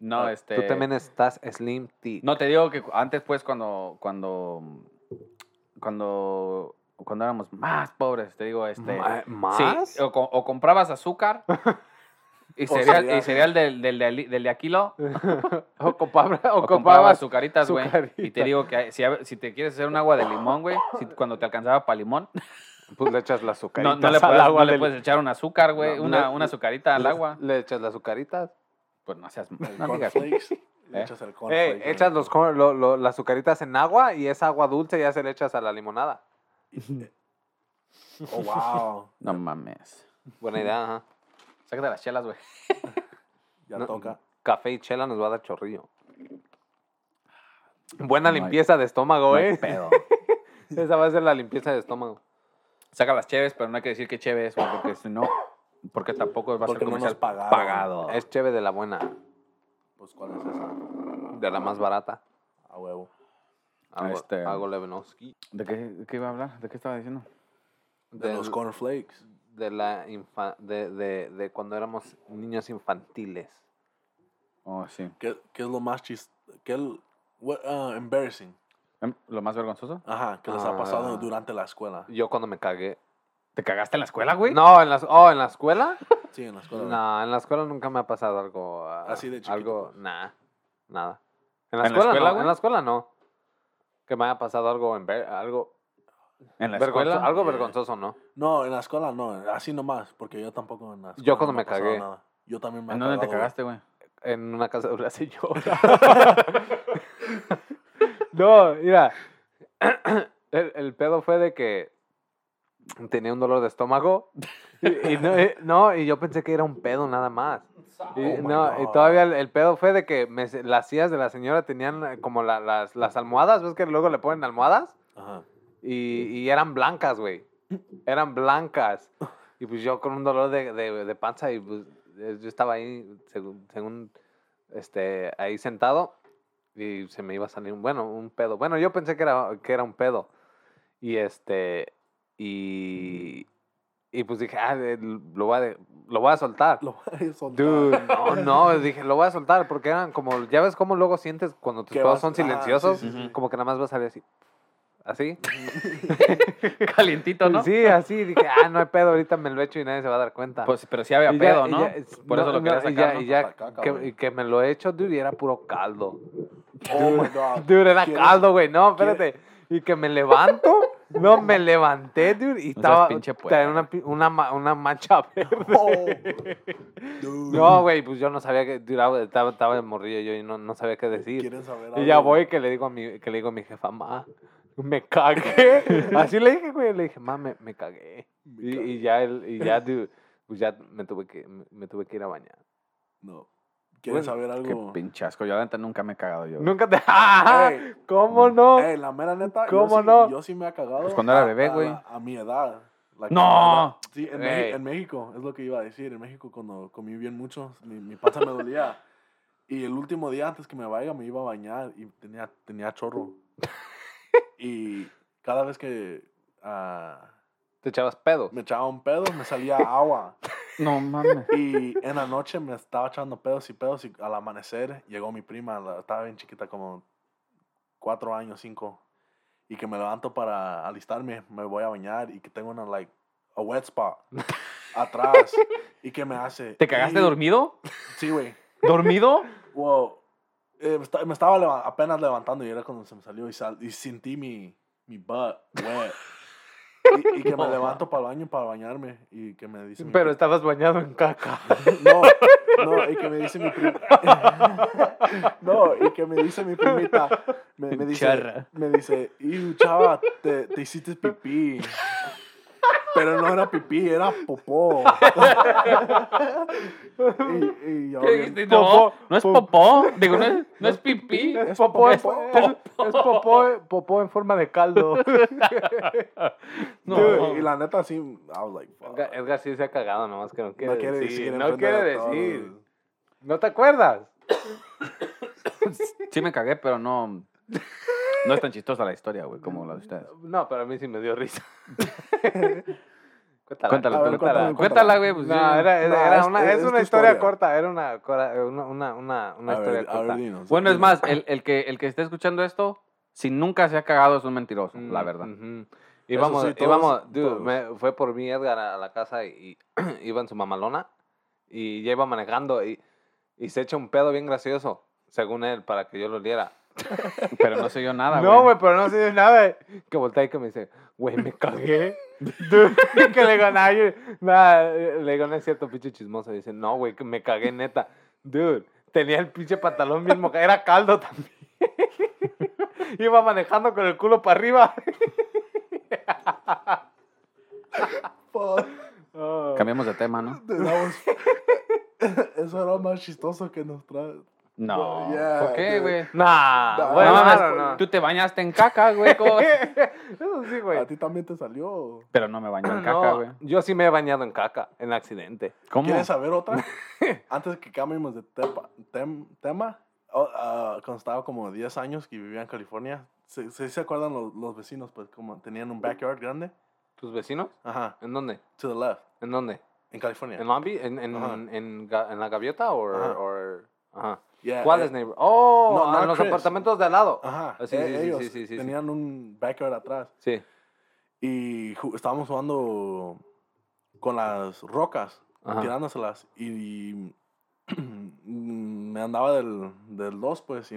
no, Ah, este... Tú también estás slim T. No, te digo que cu- antes, pues, cuando. Cuando. Cuando. Cuando éramos más pobres, te digo, este. Ma- sí, ¿Más? o, co- o comprabas azúcar. y O cereal, y cereal. cereal del, del, de ali- del de Aquilo. o compraba, o O comprabas comprabas azucaritas, güey. Y te azucaritas. digo que hay- si, a- si te quieres hacer un agua de limón, güey, si- cuando te alcanzaba para limón, Pues le echas las no, azucaritas no le, al puedes, agua no le del- puedes echar un azúcar, güey, No, una, no, una azucarita al le- agua. Le echas las azucaritas. Pues no seas. El No digas. cornflakes. le ¿Eh? Echas el Ey, cornflake. echas los, cor- lo- lo- las azucaritas en agua y esa agua dulce ya se le echas a la limonada. Oh, wow. No mames. Buena idea, ajá. Sácate las chelas, güey. ¿Eh? Ya No. toca. Café y chela nos va a dar chorrillo. Buena No hay- limpieza de estómago, No hay eh. pedo. Esa va a ser la limpieza de estómago. saca las cheves, pero no hay que decir que cheves, güey, porque si no, porque tampoco va a ser Porque no nos comercial pagaron. pagado. Es chévere de la buena, Pues, ¿cuál es esa? de la más barata. A huevo. Algo, Este- algo Levinovsky. ¿De qué, de qué iba a hablar? ¿De qué estaba diciendo? De Del- los cornflakes. de la infa- de, de, de cuando éramos niños infantiles. Oh, sí. ¿Qué, qué es lo más chis... ¿Qué el... what, uh, embarrassing. Em, ¿Lo más vergonzoso? Ajá, que les ha pasado Ah. durante la escuela. Yo cuando me cagué. ¿Te cagaste en la escuela, güey? No, en la, oh, en la escuela. Sí, en la escuela. No, en la escuela nunca me ha pasado algo. ah, Así de chiquito, Algo, pues. nada, nada. En la ¿En la escuela, escuela, no. güey? En la escuela no. Que me haya pasado algo, en ver- algo, En la vergonzo- escuela. algo Yeah. vergonzoso, ¿no? No, en la escuela no, así nomás, porque yo tampoco en la escuela. cuando no me pasaba cagué. nada. Yo también me he ¿En dónde te cagado, güey. cagaste, güey? En una casa de una señora. no, mira. El, el pedo fue de que tenía un dolor de estómago. Y, y no, y- no, y yo pensé que era un pedo nada más. Y, Oh my no, y God. todavía el, el pedo fue de que me se- las sillas de la señora tenían eh, como la- las, las almohadas, ¿ves que luego le ponen almohadas? Ajá. Y, y eran blancas, güey. Eran blancas. Y pues yo con un dolor de, de, de panza y pues eh, yo estaba ahí, según, según, este, ahí sentado y se me iba a salir, un- bueno, un pedo. Bueno, yo pensé que era, que era un pedo. Y este, y, y pues dije, ah, eh, lo voy a, de- lo voy a soltar. Lo voy a soltar. Dude, no, no, dije, lo voy a soltar porque eran como, ya ves cómo luego sientes cuando tus Que pedos vas- son ah, sí, silenciosos, sí, sí. como que nada más va a salir así. Así. Calientito, ¿no? Sí, así. Dije, ah, no hay pedo, ahorita me lo echo y nadie se va a dar cuenta. Pues, pero sí había Y ya- pedo, y ¿no? Pues, ya- es- Por no, eso lo no, quería y sacar, ya- ¿no? y ya Hasta caca, que, güey. y que me lo he hecho, dude, y era puro caldo. Oh my God. Dude, era ¿Quieres- caldo, güey. No, espérate. Y que me levanto. No, me levanté, dude, y seas estaba pinche traía puerco. una, pi- una, ma- una mancha verde. Oh. Dude. No, güey, pues yo no sabía que dude, ah, estaba, estaba de morrillo yo y no, no sabía qué decir. ¿Quieren saber Y ya algo? voy que le digo a mi, que le digo a mi jefa, ma, me cagué. Así le dije, güey, le dije, ma, me, me cagué. Me Y, cagué. y ya, el, y ya, dude, pues ya me tuve que, me, me tuve que ir a bañar. No. ¿Quieren Bueno, saber Qué algo? pinche asco. Yo, la neta, nunca me he cagado yo. güey. Nunca te... ¡Ah! Ey. ¿Cómo no? Ey, Eh, la mera neta. yo ¿Cómo sí- no? Yo sí me he cagado. Pues cuando era a- bebé, a la- güey. A, mi edad. Like, ¡No! Sí, en, Ey. Meji- en México, es lo que iba a decir. En México, cuando comí bien mucho, mi, mi panza me dolía. Y el último día antes que me vaya, me iba a bañar y tenía, tenía chorro. y cada vez que ah, Te echabas pedo. me echaba un pedo, me salía agua. No mames. Y en la noche me estaba echando pedos y pedos y al amanecer llegó mi prima, la- estaba bien chiquita, como cuatro años, cinco. Y que me levanto para alistarme, me voy a bañar y que tengo una, like, a wet spot atrás. y que me hace... ¿Te cagaste "Y-". dormido? Sí, güey. ¿Dormido? Wow. Eh, me, esta- me estaba leva- apenas levantando y era cuando se me salió y, sal- y sentí mi, mi butt wet. Y, y que me levanto para el baño para bañarme y que me dice mi Pero pri- estabas bañado en caca. no, no, y que me dice mi primita. No, y que me dice mi primita. Me, me dice, Charra. me dice, "Iu, chava, te, te hiciste pipí. Pero no era pipí, era popó. Y, y yo, ¿Qué dijiste? bien, No, Popó, no es pop- popó. Digo, no es, no es pipí. Es popó, popó, es, popó. es- es popó, eh, popó en forma de caldo. No. dude, y la neta, sí, I was like, fuck. Edgar, Edgar sí se ha cagado nomás que no quiere, No quiere decir. decir. no enfrente quiere de todos. decir. ¿No te acuerdas? Sí me cagué, pero no... No es tan chistosa la historia, güey, como la de ustedes. Mm, No, pero a mí sí me dio risa. cuéntala, Cuéntala, A ver, tú, cuéntala, cuéntala. Cuéntala, güey. No, Pues, era, sí. era- No, era es- una, es- es es una tu historia, historia. corta, era una, cora- una, una, una, una A historia ver, a corta. ver, dinos. Bueno, Mm. es dinos. más, el, el que, el que esté escuchando esto, si nunca se ha cagado, es un mentiroso, Mm, la verdad. ujú. Eso Íbamos, sí, todos- íbamos, dude, todos. me- fue por mí Edgar a, a la casa y, y iba en su mamalona y ya iba manejando y, y se echa un pedo bien gracioso, según él, para que yo lo liera. Pero no sé yo nada, güey. No, güey, pero no se dio nada. güey. Que voltea y que me dice, güey, me cagué. Dude, que le digo, "Nah, yo- nah", le digo, no es cierto, pinche chismoso. Dice, no, güey, que me cagué neta. Dude, tenía el pinche pantalón bien mojado. Era caldo también. Iba manejando con el culo para arriba. Fuck. Oh. Cambiamos de tema, ¿no? Dude, that was- Eso era más chistoso que nos trae. No. Yeah, ¿Por qué, dude. güey? Nah, Nah, güey, no, Ah, no, mames, no, no. Tú te bañaste en caca, güey. ¿cómo? Eso sí, güey. A ti también te salió. Pero no me bañé Ah, en caca, No, güey. yo sí me he bañado en caca, en accidente. ¿Cómo? ¿Quieres saber otra? Antes que cambiemos de tepa- tem- tema, oh, ah, cuando estaba como 10 años que vivía en California, ¿se, se, se acuerdan los, los vecinos? Pues como tenían un backyard grande. ¿Tus vecinos? Ajá, ¿En dónde? to the left, ¿En dónde? en California. ¿En Long Beach? ¿En, en, Ajá. en, Ga- en la gaviota o...? Ajá. or- ajá. Yeah, ¿Cuál eh, es neighbor? ¡Oh! No, ah, not los Chris. apartamentos de al lado. Ajá, Ah, sí, sí, eh, sí, ellos sí, sí, sí, sí. tenían un backyard atrás. Sí. Y ju- estábamos jugando con las rocas, Ajá. tirándoselas. Y mm, me andaba del, del 2, pues, y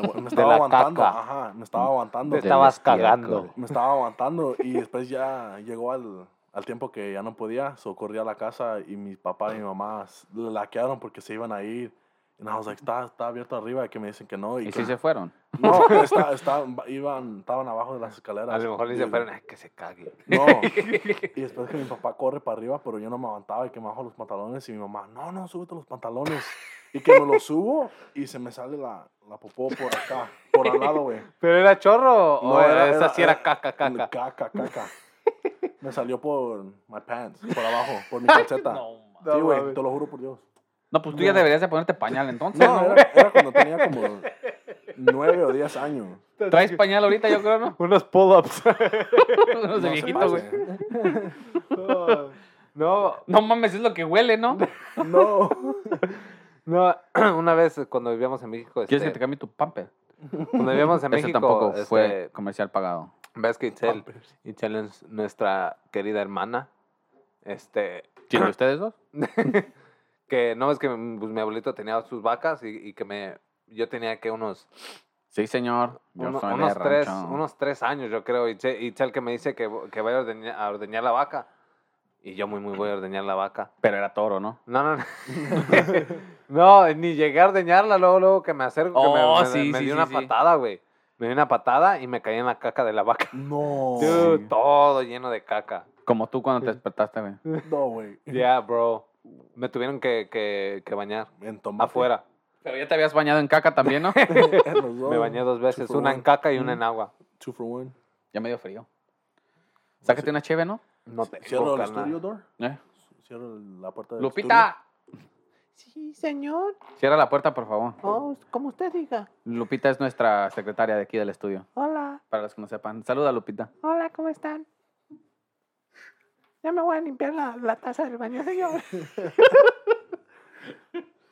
me la estaba aguantando. caca. Ajá, me estaba aguantando. Te estabas estiércol. cagando. Me estaba aguantando y después ya llegó al, al tiempo que ya no podía. So, corrí a la casa y mi papá y mi mamá s- le laquearon porque se iban a ir. Y no, o sea, está, está abierto arriba y que me dicen que no. Y, ¿Y que- si se fueron? No, está- está- iban, estaban abajo de las escaleras. A lo mejor ni se Y- fueron, "Ay, que se cague. No. Y después que mi papá corre para arriba, pero yo no me levantaba y que me bajo los pantalones. Y mi mamá, no, no, súbete los pantalones. Y que me los subo y se me sale la, la popó por acá, por al lado, güey. ¿Pero era chorro o No, era, era- Oh, esa era- sí era era- caca, caca? Caca, caca. Me salió por my pants, por abajo, por mi calceta. No sí, güey, mames. te lo juro por Dios. No, pues tú ya deberías de ponerte pañal entonces. No, ¿no? era, era cuando tenía como nueve o diez años. Traes pañal ahorita, yo creo, ¿no? Unos pull-ups. No No sé, se viejito, pase. güey. no, No mames, es lo que huele, ¿no? Este, No. no, una vez cuando vivíamos en México, ¿Quieres este, que te cambie tu pamper? cuando vivíamos en Ese México, tampoco este, fue comercial pagado. ves que Itzel, Itzel es nuestra querida hermana, este, ¿Quién de ustedes dos? que no es que mm, pues, mi abuelito tenía sus vacas y, y que me, yo tenía que unos Sí, señor. Yo Uno- soy de unos, tres, rancho. unos tres años, yo creo. Y Che- y Chel que me dice que, vo- que vaya a ordeña- a ordeñar, la vaca. Y yo muy, muy voy a ordeñar la vaca. Pero era toro, ¿no? No, no, no. no, ni llegué a ordeñarla. Luego, luego que me acerco, que me- Oh, me, sí, me sí, dio sí, una sí. patada, güey. Me dio una patada y me caí en la caca de la vaca. No. Dude, Oh, sí. todo lleno de caca. Como tú cuando te despertaste, güey. No, güey. Yeah, bro. Me tuvieron que, que, que bañar En tomate. afuera. Pero ya te habías bañado en caca también, ¿no? En los dos. Me bañé dos veces, for una en one. caca y una en agua. Two for one. ya me dio frío. Sácate una cheve, ¿no? No C- tengo, Cierro el carnal. estudio door. ¿Eh? Cierro la puerta del estudio. ¡Lupita! Sí, señor. Cierra la puerta, por favor. Oh, como usted diga. Lupita es nuestra secretaria de aquí del estudio. Hola, Para los que no sepan. Saluda, Lupita. hola, ¿cómo están? Ya me voy a limpiar la, la taza del baño, señor.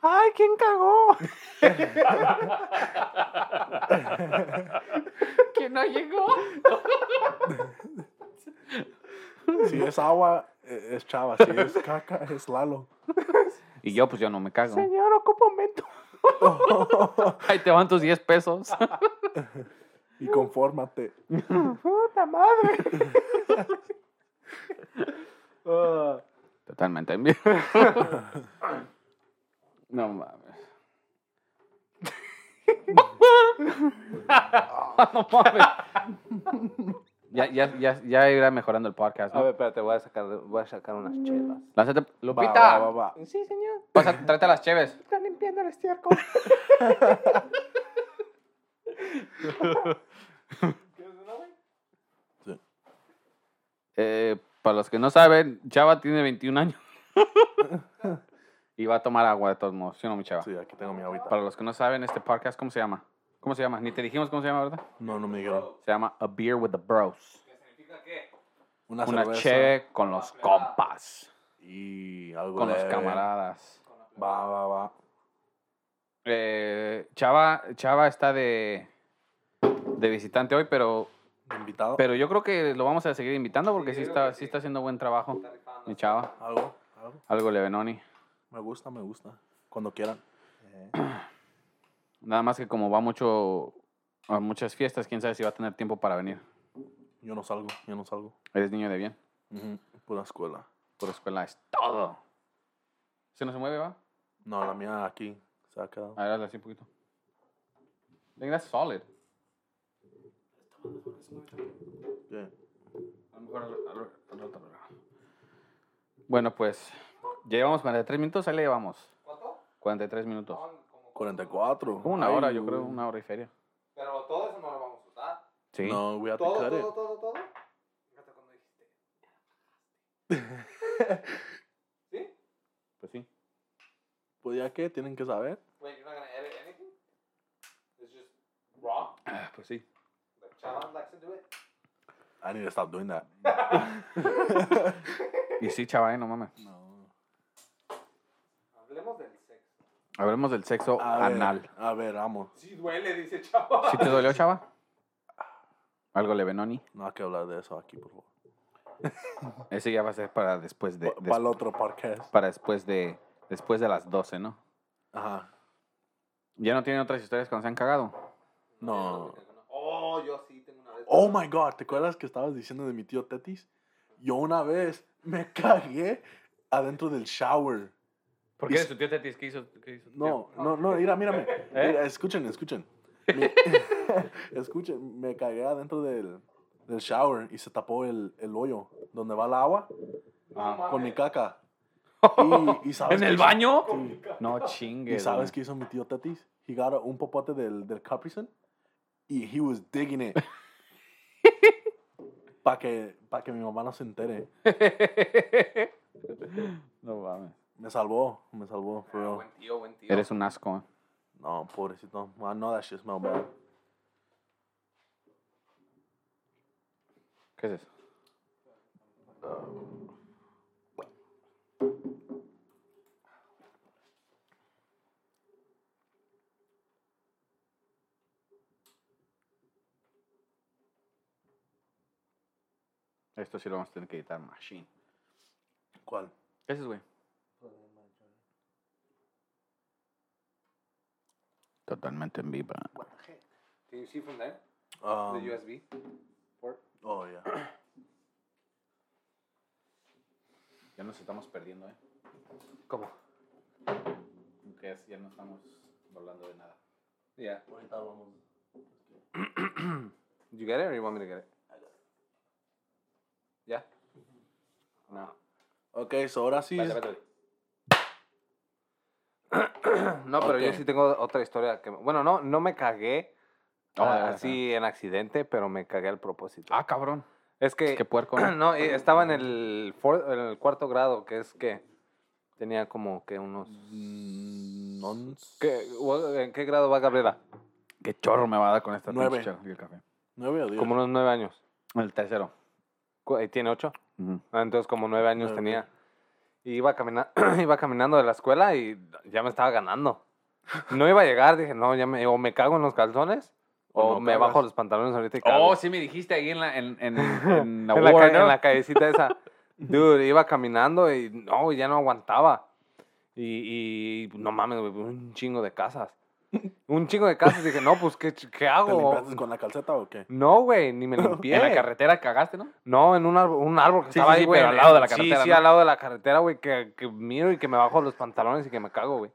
¡Ay, quién cagó! ¿Que no llegó? Si es agua, eh, es chava. Si es caca, es Lalo. Y yo, pues yo no me cago. Señor, ocupo un momento. Ahí te van tus 10 pesos. Y confórmate. ¡Puta madre! Totalmente en vivo. no mames. no mames. ya, ya, ya, ya irá mejorando el podcast. A ¿no? ver, espérate, voy a sacar, voy a sacar unas chelas. Lánzate. Va, Lupita, va, va, va. Sí, señor, pasa, tráete las cheves. está limpiando el estiércol. Eh, para los que no saben, Chava tiene 21 años. y va a tomar agua de todos modos, ¿sí o no, mi Chava? Sí, aquí tengo mi agüita. Para los que no saben, este podcast, ¿cómo se llama? ¿Cómo se llama? Ni te dijimos cómo se llama, ¿verdad? No, no me dijeron. Se llama A Beer with the Bros. Una, Una cerveza cheve con los compas. Y algo con los leve. camaradas. Va, va, va. Eh, Chava, Chava está de, de visitante hoy, pero, Invitado. pero yo creo que lo vamos a seguir invitando porque Sí, sí, yo creo está, que sí sí. está haciendo buen trabajo. Mi Chava, Algo, algo. algo le Noni. Me gusta, me gusta. Cuando quieran. Nada más que como va mucho a muchas fiestas, quién sabe si va a tener tiempo para venir. Yo no salgo, yo no salgo. Eres niño de bien, Ujú, Pura escuela. por escuela es todo. ¿Se no se mueve, va? No, la mía aquí se ha quedado. A ver, hazle así un poquito. I think that's solid. Bien. A lo mejor al- al- al rato lo grabo. Bueno, pues ya llevamos 43 minutos, ahí le llevamos. ¿Cuánto? 43 minutos. 44. Como una Ay, hora, yo güey. creo, una hora y feria. Pero todo eso no lo vamos a usar. Sí. No, we have to Todo, cut it. todo, todo, todo. Fíjate cuando dijiste. ¿Sí? Pues sí. Pues ya que tienen que saber. Wait, you're not gonna edit anything? It's just raw? Ah, Pues sí. Like Chavan likes to do it? I need to Ah, stop doing that. Y sí, chaval, no mames. No. Hablemos del sexo. Hablemos del sexo A ver, anal. a ver, vamos. Sí duele, dice Chavan. ¿Sí te dolió, chava? Algo le Noni. No hay que hablar de eso aquí, por favor. Ese ya va a ser para después de. Para el otro podcast. para después de después de las 12, ¿no? Ajá. ¿Ya no tienen otras historias cuando se han cagado? No. Oh, yo sí tengo una vez. Oh my god, ¿te acuerdas que estabas diciendo de mi tío Tetis? Yo una vez me cagué adentro del shower. ¿Por qué? qué? ¿Su tío Tetis? ¿Qué hizo? ¿Qué hizo tu tío? No, no, no, mira, mírame. ¿Eh? Mira, escuchen, escuchen. Me- escuchen, me cagué adentro del, del shower y se tapó el, el hoyo donde va el agua Ajá. ah, con mi caca. Y, y sabes ¿En qué el hizo- baño? Sí. No chingues. ¿Y sabes güey. qué hizo mi tío Tetis? He got a- un popote del, del Capri Sun y he was digging it. Para que, pa que mi mamá no se entere. No mames. Me salvó, me salvó, Ah, for real. Buen tío, buen tío. Eres un asco. ¿eh? No, pobrecito. I know that shit smell bad. ¿Qué es eso? Esto sí lo vamos a tener que editar, machine. ¿Cuál? ¿Qué haces, güey? Totalmente en viva. Can you see from there? Um, the USB port? oh, yeah. Ya nos estamos perdiendo, ¿eh? ¿Cómo? Que es- ya no estamos hablando de nada. Yeah. you get it or you want me to get it? Yeah? No. Ok, so ahora sí. Vete, vete, vete. No, pero yo Ok. sí tengo otra historia que... Bueno, no, no me cagué Oh, ah, ya, ya. así en accidente, pero me cagué al propósito. Ah, cabrón. es que... Qué puerco. ¿no? no, eh, estaba en el, for- en el cuarto grado, que es que tenía como que unos... Mm, once- ¿Qué, o- ¿En qué grado va Gabriela? Qué chorro me va a dar con esta Nueve. pinche chela y el café. Nueve o diez. Como unos nueve años. El tercero. Oh, Cu- eh, ¿Tiene ocho? Ah, Entonces como nueve años Nueve. tenía. Y iba, camina iba caminando de la escuela y ya me estaba ganando. No iba a llegar, dije, no, ya me, o me cago en los calzones o no me cagas. bajo los pantalones ahorita y cago. Oh, sí me dijiste ahí en la, en, en, en la en, la Word, ca- ¿no? en la callecita esa. Dude, iba caminando y no, ya no aguantaba. Y, y no mames, güey, un chingo de casas. Un chingo de casas. Dije, no, pues, ¿qué, ch- qué ¿Te hago? limpiaste con la calceta o qué? No, güey, ni me limpié. En la carretera cagaste, ¿no? No, en un árbol, un árbol que Sí, estaba sí, ahí, sí, güey. pero al lado de la Sí, carretera, Sí, ¿no? al lado de la carretera, güey, que, que miro y que me bajo los pantalones y que me cago, güey.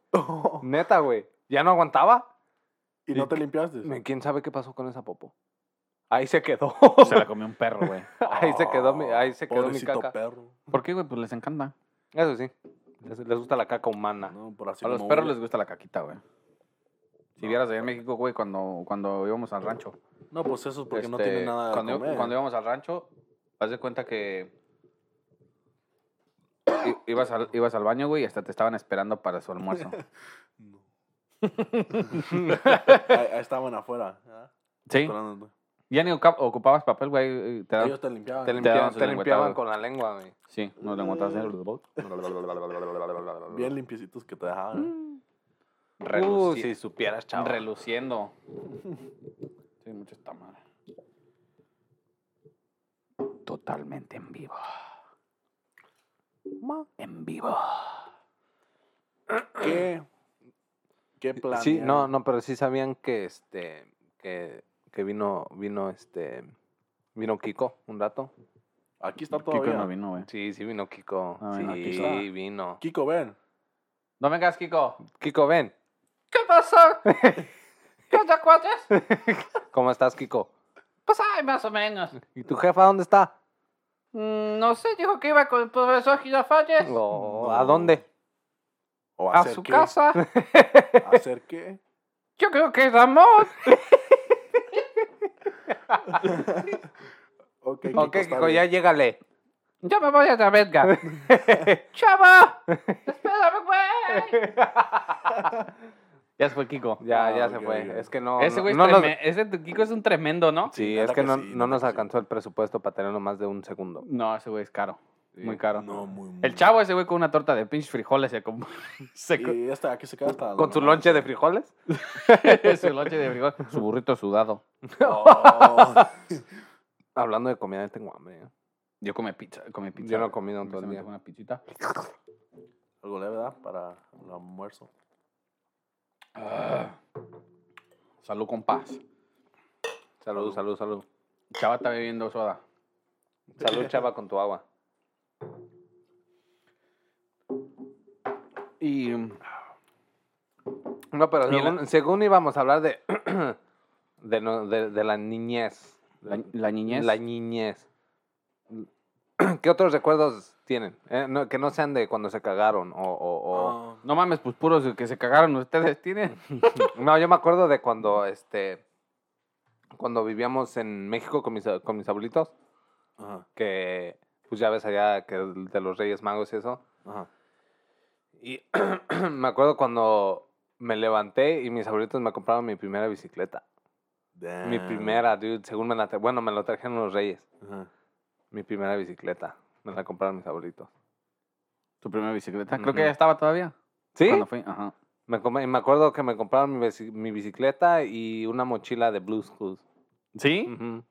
Neta, güey. Ya no aguantaba. ¿Y no te limpiaste? Me- ¿Quién sabe qué pasó con esa popo? Ahí se quedó. Se la comió un perro, güey. ahí se quedó mi, ahí se quedó mi Pobrecito caca. perro. ¿Por qué, güey? Pues les encanta. Eso sí. Les, les gusta la caca humana. No, por así Ah, A los como perros huele. les gusta la caquita, güey. Si vieras allá en México, güey, cuando, cuando íbamos al rancho. No, pues eso es porque no este, tienen nada de cuando, comer. cuando íbamos al rancho, haz de cuenta que i- ibas al, ibas al baño, güey, y hasta te estaban esperando para su almuerzo. No. ahí, ahí estaban afuera. ¿ah? ¿Sí? Esperándote. Ya ni oca- ocupabas papel, güey. y Te daban- Ellos te limpiaban. Te, lim- limpia- daban su te limpiaban lengüetada. con la lengua, güey. Sí, nos lo encontrabas en Bien limpiecitos que te Mm. dejaban. Uh, Reluci- si supieras, chaval. reluciendo. Sí, mucho está mal. Totalmente en vivo. En vivo. ¿Qué? ¿Qué plan? Sí, no, no, pero sí sabían que este que, que vino vino este vino Kiko un rato. Aquí está Kiko no todavía. vino, güey. Sí, sí vino Kiko. Ah, sí, bueno, aquí está. vino. Kiko, ven. No vengas, Kiko. Kiko, ven. ¿Qué pasa? ¿Qué te acuerdas? ¿Cómo estás, Kiko? Pues ay, más o menos. ¿Y tu jefa dónde está? Mm, No sé, dijo que iba con el profesor Girafalles. Oh, No. ¿A dónde? ¿O A hacer su qué? casa. ¿Hacer qué? Yo creo que es amor. Ok, Kiko, Ok, está Kiko, ya bien. llégale. Ya me voy a la verga. ¡Chava! ¡Espérame, güey! ya se fue Kiko. Ya, Ah, ya se ok, fue. ok. Es que no. Ese no- güey es no nos- treme- ese tu Kiko es un tremendo, ¿no? Sí, neta es que que no, sí, no neta nos que sí. alcanzó el presupuesto para tenerlo más de un segundo. No, ese güey es caro. Muy caro. No, muy, muy. El chavo, ese güey con una torta de pinches frijoles se, com- se co- Y esta, este, aquí se queda hasta. ¿Con su lonche de frijoles? su lonche de frijol, su burrito sudado. Oh. Hablando de comida, tengo hambre. ¿eh? Yo comí pizza, comí pizza. Yo no he güey. comido en Me todo el se me día. antojó una pizzita. Algo leve, ¿verdad? Para el almuerzo. Ah. Salud con paz. Salud, salud, salud. Chava está bebiendo soda. Salud, chava, con tu agua. Y. mm, No, pero Y la- según, según íbamos a hablar de. de, no- de, de la niñez. La, la niñez. La niñez. ¿Qué otros recuerdos tienen? Eh, no, que no sean de cuando se cagaron o. o- o- Ah, No mames, pues puros que se cagaron ustedes tienen. No, yo me acuerdo de cuando este. Cuando vivíamos en México con mis, con mis abuelitos, ajá, que pues ya ves allá que de los Reyes Magos y eso. ajá. Y me acuerdo cuando me levanté y mis abuelitos me compraron mi primera bicicleta. Mi Damn. primera, dude. Según me la tra- Bueno, me la trajeron los reyes. Ajá. Mi primera bicicleta. Me la compraron mis abuelitos. Tu primera bicicleta. Creo que Ujú. ya estaba todavía. ¿Sí? Cuando fui, ajá. Me, com- y me acuerdo que me compraron mi, bici- mi bicicleta y una mochila de Blues Clues. Mm, ¿Sí?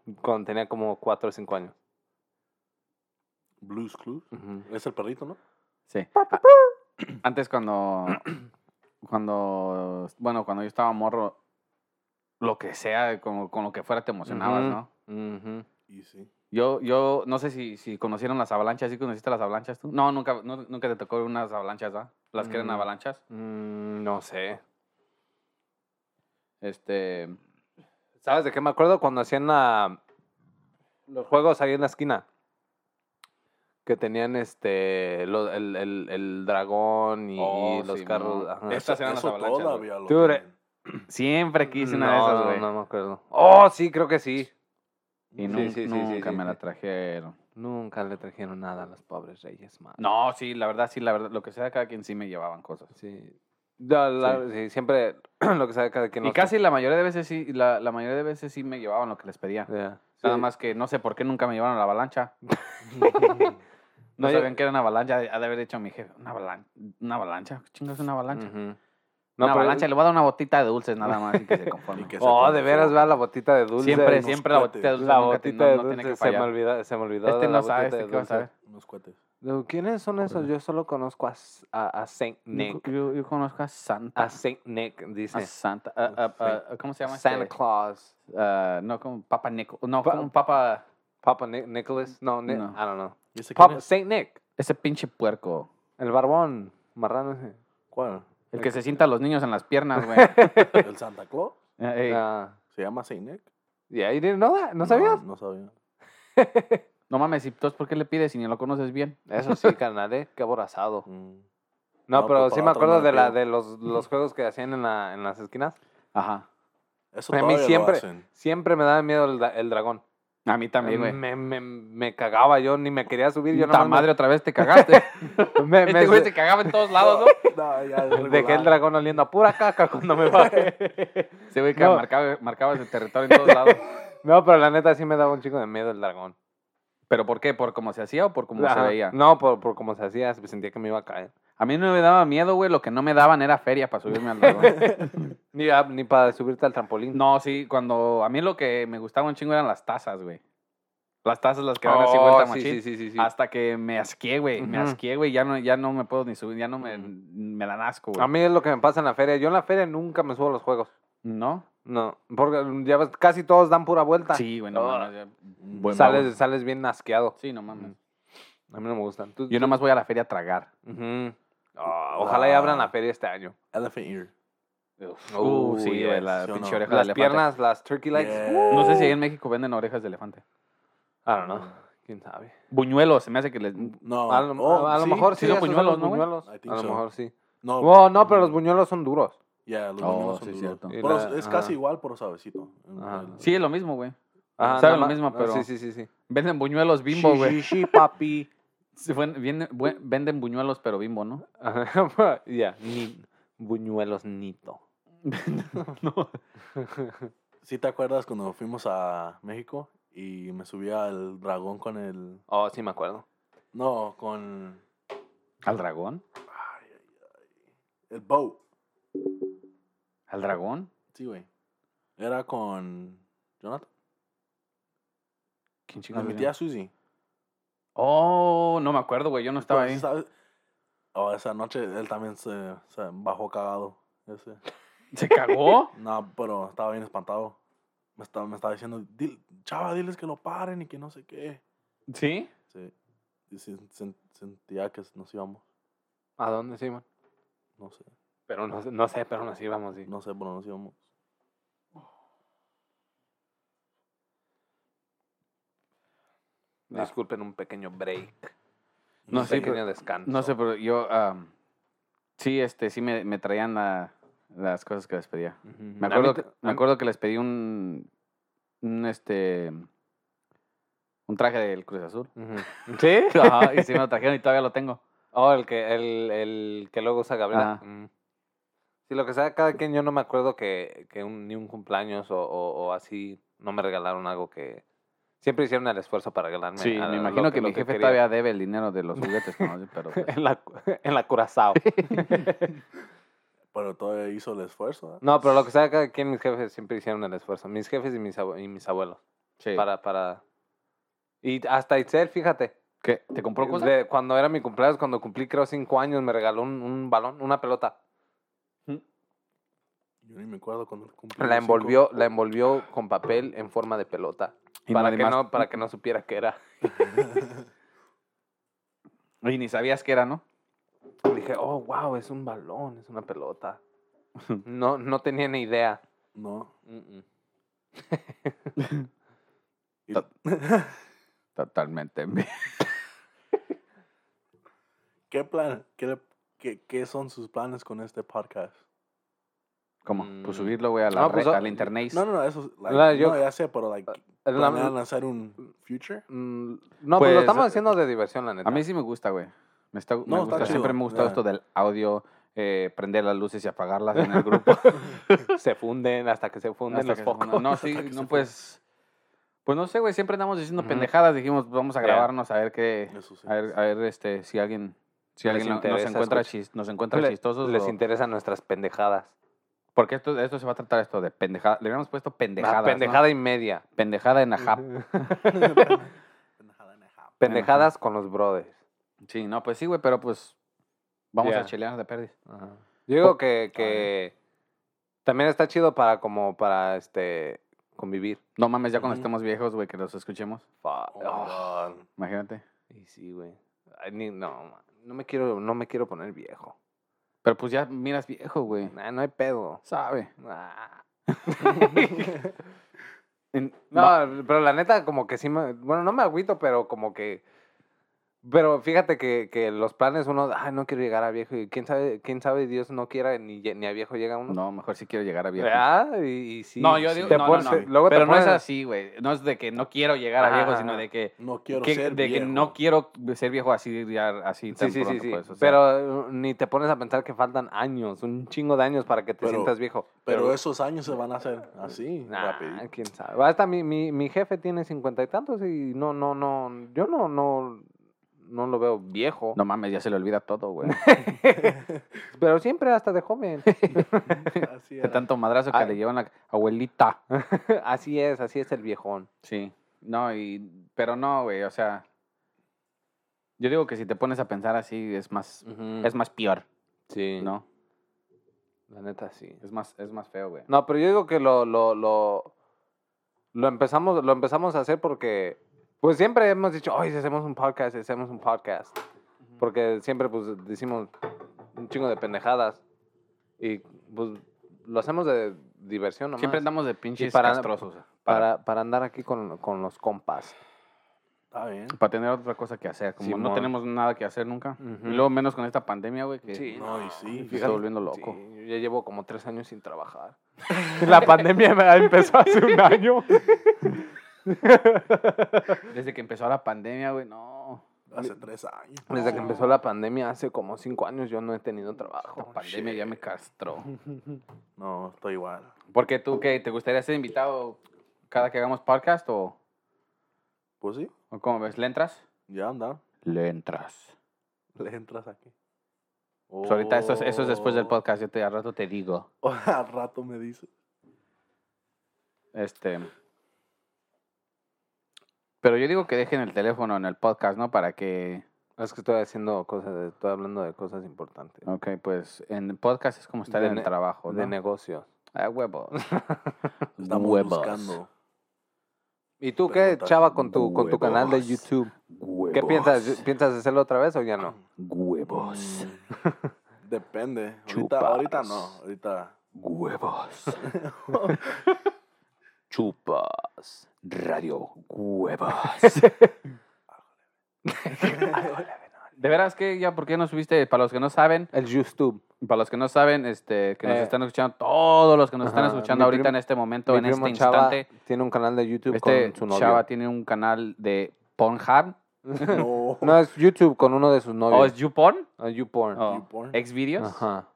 Ujú, Cuando tenía como 4 o 5 años. Blues Clues. Ujú. Es el perrito, ¿no? Sí. A- Antes cuando, cuando, bueno, cuando yo estaba morro, lo que sea, con, con lo que fuera te emocionabas, Ujú. ¿no? Ujú. Y sí. Yo, yo, no sé si, si conocieron las avalanchas, ¿sí conociste las avalanchas tú? No, nunca, no- nunca te tocó unas avalanchas, ¿ah? Las que eran Mm. avalanchas. Mm, no sé. Este, ¿Sabes de qué me acuerdo? Cuando hacían la- los juegos ahí en la esquina. Que tenían este lo- el, el- el dragón y, y Oh, los Simón. carros. ajá. Es- Estas eran las Ah, eso avalanchas, todavía lo Dude, tienen. siempre quise una No, de esas, güey. No, no me acuerdo. Oh, sí, creo que sí. Y Sí, nun- sí, sí, sí, nunca sí, me sí. la trajeron. Nunca le trajeron nada a los pobres reyes más. No, sí, la verdad, sí, la verdad, lo que sea, cada quien sí me llevaban cosas. Sí. La- la- sí, siempre lo que sabe cada quien. Y los- casi la mayoría de veces sí, la, la mayoría de veces sí me llevaban lo que les pedía. Yeah. Nada Sí. más que no sé por qué nunca me llevaron a la avalancha. No, No yo- sabían que era una avalancha. Ha de haber dicho mi jefe, una avalancha. ¿Una avalancha? ¿Qué chingas es una avalancha? Ujú. No, Una pero- avalancha, le voy a dar una botita de dulces nada más y que se conforme. Y que se Oh, de conforme. veras, vea la botita de dulce. siempre, unos siempre la botita de cohetes. dulce. La nunca te- botita no- de no tiene que dulce se me fallar. olvidó. Se me olvidó Este de la no sabe, este botita de qué va a dulce. saber. Unos cohetes. No, ¿Quiénes son esos? Yo solo conozco a, S- a, a Saint Yo, Nick. yo- yo conozco a Santa. A Saint Nick, a dice. Santa. a- a- a- ¿Cómo se llama? Santa este? Claus. Ah, no, como Papa Nico. No, Pa- como Papa. Papa Ni- Nicholas. No, Ni- No. I don't know. ¿Y ese quién Papa, es? Saint Nick. Ese pinche puerco. El barbón. Marrano ese. ¿Cuál? El que se sienta a los niños en las piernas, güey. ¿El Santa Claus? Eh, eh, Ah. ¿Se llama Saint Nick? Yeah, you didn't know that? ¿No sabías? No, sabía. No mames, ¿y tú por qué le pides si ni lo conoces bien? Eso sí, carnal, eh. Qué aborazado. Mm. No, No, pero pues, sí para me otro no acuerdo le de, la, pido. de los, los juegos que hacían en, la, en las esquinas. Ajá. Eso A mí todavía lo siempre, hacen. siempre me daba miedo el, da- el dragón. A mí también, güey. Me, me, me cagaba yo, ni me quería subir. Yo Puta nomás madre, otra vez te cagaste. Me, me, este güey se cagaba en todos lados, ¿no? No, ya es Dejé el regular. dragón oliendo a pura caca cuando me bajé. Ese güey que No. marcaba, marcaba ese territorio en todos lados. No, pero la neta sí me daba un chico de miedo el dragón. ¿Pero por qué? ¿Por cómo se hacía o por cómo se Ajá. veía? No, por, por cómo se hacía, se- sentía que me iba a caer. A mí no me daba miedo, güey. Lo que no me daban era feria para subirme al dragón. Ni, a- ni para subirte al trampolín. no, sí, cuando... A mí lo que me gustaba un chingo eran las tazas, güey. Las tazas las que dan así Oh, vuelta sí, machín. sí, sí, sí, sí. Hasta que me asqué, güey. Me Ujú. asqué, güey. Ya no, ya no me puedo ni subir. Ya no me, Ujú. me dan asco, güey. A mí es lo que me pasa en la feria. Yo en la feria nunca me subo a los juegos. ¿No? No, porque ya ves, casi todos dan pura vuelta. Sí, güey, no Ah. mames, ya- Buen sales, babo. sales bien asqueado. Sí, no mames. A mí no me gustan. Tú- Yo nomás voy a la feria a tragar. Ujú. Ah, ojalá ya abran la feria este año. Elephant Ear. Uh, sí, yes. güey, la ¿Sí o pinche no? oreja de Las elefante. piernas, las turkey legs. uh. Yeah. No Ah. sé si ahí en México venden orejas de elefante. I don't know. ¿Quién sabe? Buñuelos, se me hace que les... No. A lo, oh, a- a lo sí, mejor sí, sí son esos son buñuelos, los ¿no, güey? buñuelos. I A think lo so. Oh. mejor sí. No, No, no, pero los buñuelos son duros. Ya, los Oh, buñuelos sí, son duros. cierto. Y Pero la- es ajá. casi igual, pero suavecito. Ajá. Sí, es lo mismo, güey. Ajá, Saben nada lo más- mismo, ah, pero- Sí, sí, sí. sí. Venden buñuelos bimbo, Sí, güey. sí, sí, papi. Sí, buen- viene- buen- Venden buñuelos, pero bimbo, ¿no? Ajá, Ya, ni- buñuelos nito. no. ¿Sí te acuerdas cuando fuimos a México y me subía el dragón con el... Oh, sí me acuerdo. No, con ¿Al dragón? el boat. ¿Al dragón? Sí, güey. Era con Jonathan. ¿Quién Con chingados mi era? tía Susie. Oh, no me acuerdo, güey. Yo no estaba Pero, ahí. ¿sabes? Oh, esa noche él también se, se bajó cagado. Ese. ¿Se cagó? No, pero estaba bien espantado. Me estaba, me estaba diciendo, "Dil- chava, diles que lo paren y que no sé qué. ¿Sí? Sí. Y sen- sen- sentía que nos íbamos. ¿A dónde sí, man? No sé. Pero no, sé- no sé, pero nos íbamos. sí. No sé, pero nos íbamos. Ah. Disculpen un pequeño break. No un sé, pequeño pero- descanso. No sé, pero yo. am, sí, este, sí me, me traían la- las cosas que les pedía. Ujú. Me A mí acuerdo, t- que, me a- acuerdo que les pedí un. Un este. Un traje del Cruz Azul. Ujú. ¿Sí? Ajá, y sí me lo trajeron y todavía lo tengo. Oh, el que, el, el que luego usa Gabriela. Ajá. Mm. Sí, lo que sea, cada quien, yo no me acuerdo que, que un- ni un cumpleaños o, o- o así no me regalaron algo que... Siempre hicieron el esfuerzo para regalarme. Sí, a- me lo imagino que, lo mi jefe quería. todavía debe el dinero de los juguetes, ¿no? pero pues, en la, cu- en la Curazao. Pero todavía hizo el esfuerzo. ¿eh? No, pero lo que sea, cada quien, mis jefes siempre hicieron el esfuerzo. Mis jefes y mis, abue- y mis abuelos. sí. Para, para... Y hasta Itzel, fíjate. ¿Qué? ¿Te compró cosas? Eh, de- cuando era mi cumpleaños, cuando cumplí creo cinco años, me regaló un, un balón, una pelota. Yo ni me acuerdo cuando cumplí. La los cinco. envolvió, la envolvió con papel en forma de pelota. Y para, nadie que más- no, para que no supiera qué era. Y ni sabías que era, ¿no? Dije, oh, wow, es un balón, es una pelota. No, no tenía ni idea. No. Mm, mm. Y- Ta- Totalmente. ¿Qué plan? ¿Qué, le- qué, qué son sus planes con este podcast? ¿Cómo? Pues Mm. subirlo, güey, a la, No, pues, red- ah, al internet. No, no, no, eso. like, La- yo- no, ya sé, pero, like, La- Uh, ¿planean hacer un future? mm, no, pues, lo Pues, estamos eh, haciendo de diversión, la neta. A mí sí me gusta, güey. Me está, me No, está gusta. chido. Siempre me ha gustado Ya. esto del audio, eh, prender las luces y apagarlas en el grupo. se funden hasta que se funden Hasta los que se focos. ponga- No, sí, Hasta que se no, pues. Pues no sé, güey, siempre andamos diciendo Ujú. pendejadas. Dijimos, vamos a Ya. grabarnos a ver qué. Eso sí. eh, A ver, a ver, este, si alguien. Si Les alguien no- nos interesa, encuentra, escucha. chis- nos encuentra Le- chistosos. Les o- interesan nuestras pendejadas. porque esto, esto se va a tratar esto de pendejada. Le habíamos puesto pendejadas. Ah, ¿no? pendejada y media. Pendejada en ajap. Pendejada, pendejada. Pendejadas con los brothers. Sí, no, pues sí, güey, pero pues. Vamos Ya. a chilearnos de perdiz. Yo digo Po- que, que también está chido para como para este convivir. No mames, ya cuando Ujú. estemos viejos, güey, que los escuchemos. Fa- Oh my oh. God. Imagínate. Y sí, güey. Ay, ni- No, ma- no me quiero, no me quiero poner viejo. Pero pues ya miras viejo, güey. Nah, no hay pedo. Sabe. Ah. En- va- no, pero la neta, como que sí me. Bueno, no me agüito, pero como que. Pero fíjate que, que los planes uno, ay, no quiero llegar a viejo. Y quién sabe, quién sabe, Dios no quiera, ni, lle- ni a viejo llega uno. no, mejor sí quiero llegar a viejo. ¿Verdad? Y, y sí. no, yo sí. digo, Te no, no, pones- e, no. Luego te pero no es pones- así, güey. No es de que no quiero llegar a viejo, Ajá, sino ajá. de que, No quiero que- ser de que viejo. no quiero ser viejo así ya así tan Sí, sí, sí, pronto, sí. pues, o sea, Pero eh, ni te pones a pensar que faltan años, un chingo de años para que te Pero- sientas viejo. Pero, esos años se van a hacer así, Nah, rapidito. quién sabe. Hasta mi, mi, mi jefe tiene cincuenta y tantos y no, no, no, yo no, no, no lo veo viejo. no mames, ya se le olvida todo, güey. Pero siempre hasta de joven. Así De era. tanto madrazo que Ay. le llevan la abuelita. así es, así es el viejón. Sí. No, y pero no, güey, o sea, yo digo que si te pones a pensar así es más es más peor, sí, ¿no? la neta sí. Es más es más feo, güey. No, pero yo digo que lo, lo, lo, lo empezamos, lo empezamos a hacer porque, pues siempre hemos dicho, ay, si hacemos un podcast, si hacemos un podcast. Porque siempre, pues, decimos un chingo de pendejadas. Y, pues, lo hacemos de diversión nomás. Siempre andamos de pinches para- castrosos. Para, para, para andar aquí con, con los compas. Está bien. para tener otra cosa que hacer. Como no Simón. tenemos nada que hacer nunca. Ujú. Y luego menos con esta pandemia, güey, que Sí, No, y sí. me está volviendo loco. Sí, yo ya llevo como tres años sin trabajar. La pandemia me empezó hace un año. Desde que empezó la pandemia, güey, no. Hace tres años. Desde que empezó la pandemia, hace como cinco años, yo no he tenido trabajo. La pandemia ya me castró. No, estoy igual. Porque tú, ¿qué? ¿Te gustaría ser invitado cada que hagamos podcast o, Pues sí, o cómo ves? ¿Le entras? ya anda. Le entras. Le entras aquí. Oh, Pues ahorita eso es, eso es después del podcast, yo te, al rato te digo. Al rato me dice. Este. Pero yo digo que dejen el teléfono en el podcast, ¿no? Para que Es que estoy haciendo cosas, estoy hablando de cosas importantes. Ok, pues en podcast es como estar De en ne- el trabajo, De ¿no? negocios. Ah, huevos. Estamos Huevos. buscando. ¿Y tú qué, Preguntas chava, con tu, con tu canal de huevos. YouTube? ¿Qué piensas? Mm. ¿Piensas hacerlo otra vez o ya no? Huevos. Depende. Ahorita, ahorita no. Chupas. Ahorita. Huevos. Chupas. Radio. Huevos. De veras que ya, ¿por qué no subiste? Para los que no saben, El YouTube. para los que no saben, este, que nos Eh. están escuchando, todos los que nos están Ajá, escuchando mi ahorita primo- en este momento, Mi en este primo Chava instante, tiene un canal de YouTube este con su novio. chava tiene un canal de Pornhub, No. No, es YouTube con uno de sus o novios. es YouPorn, Ah, YouPorn. o YouPorn. Xvideos. Ajá.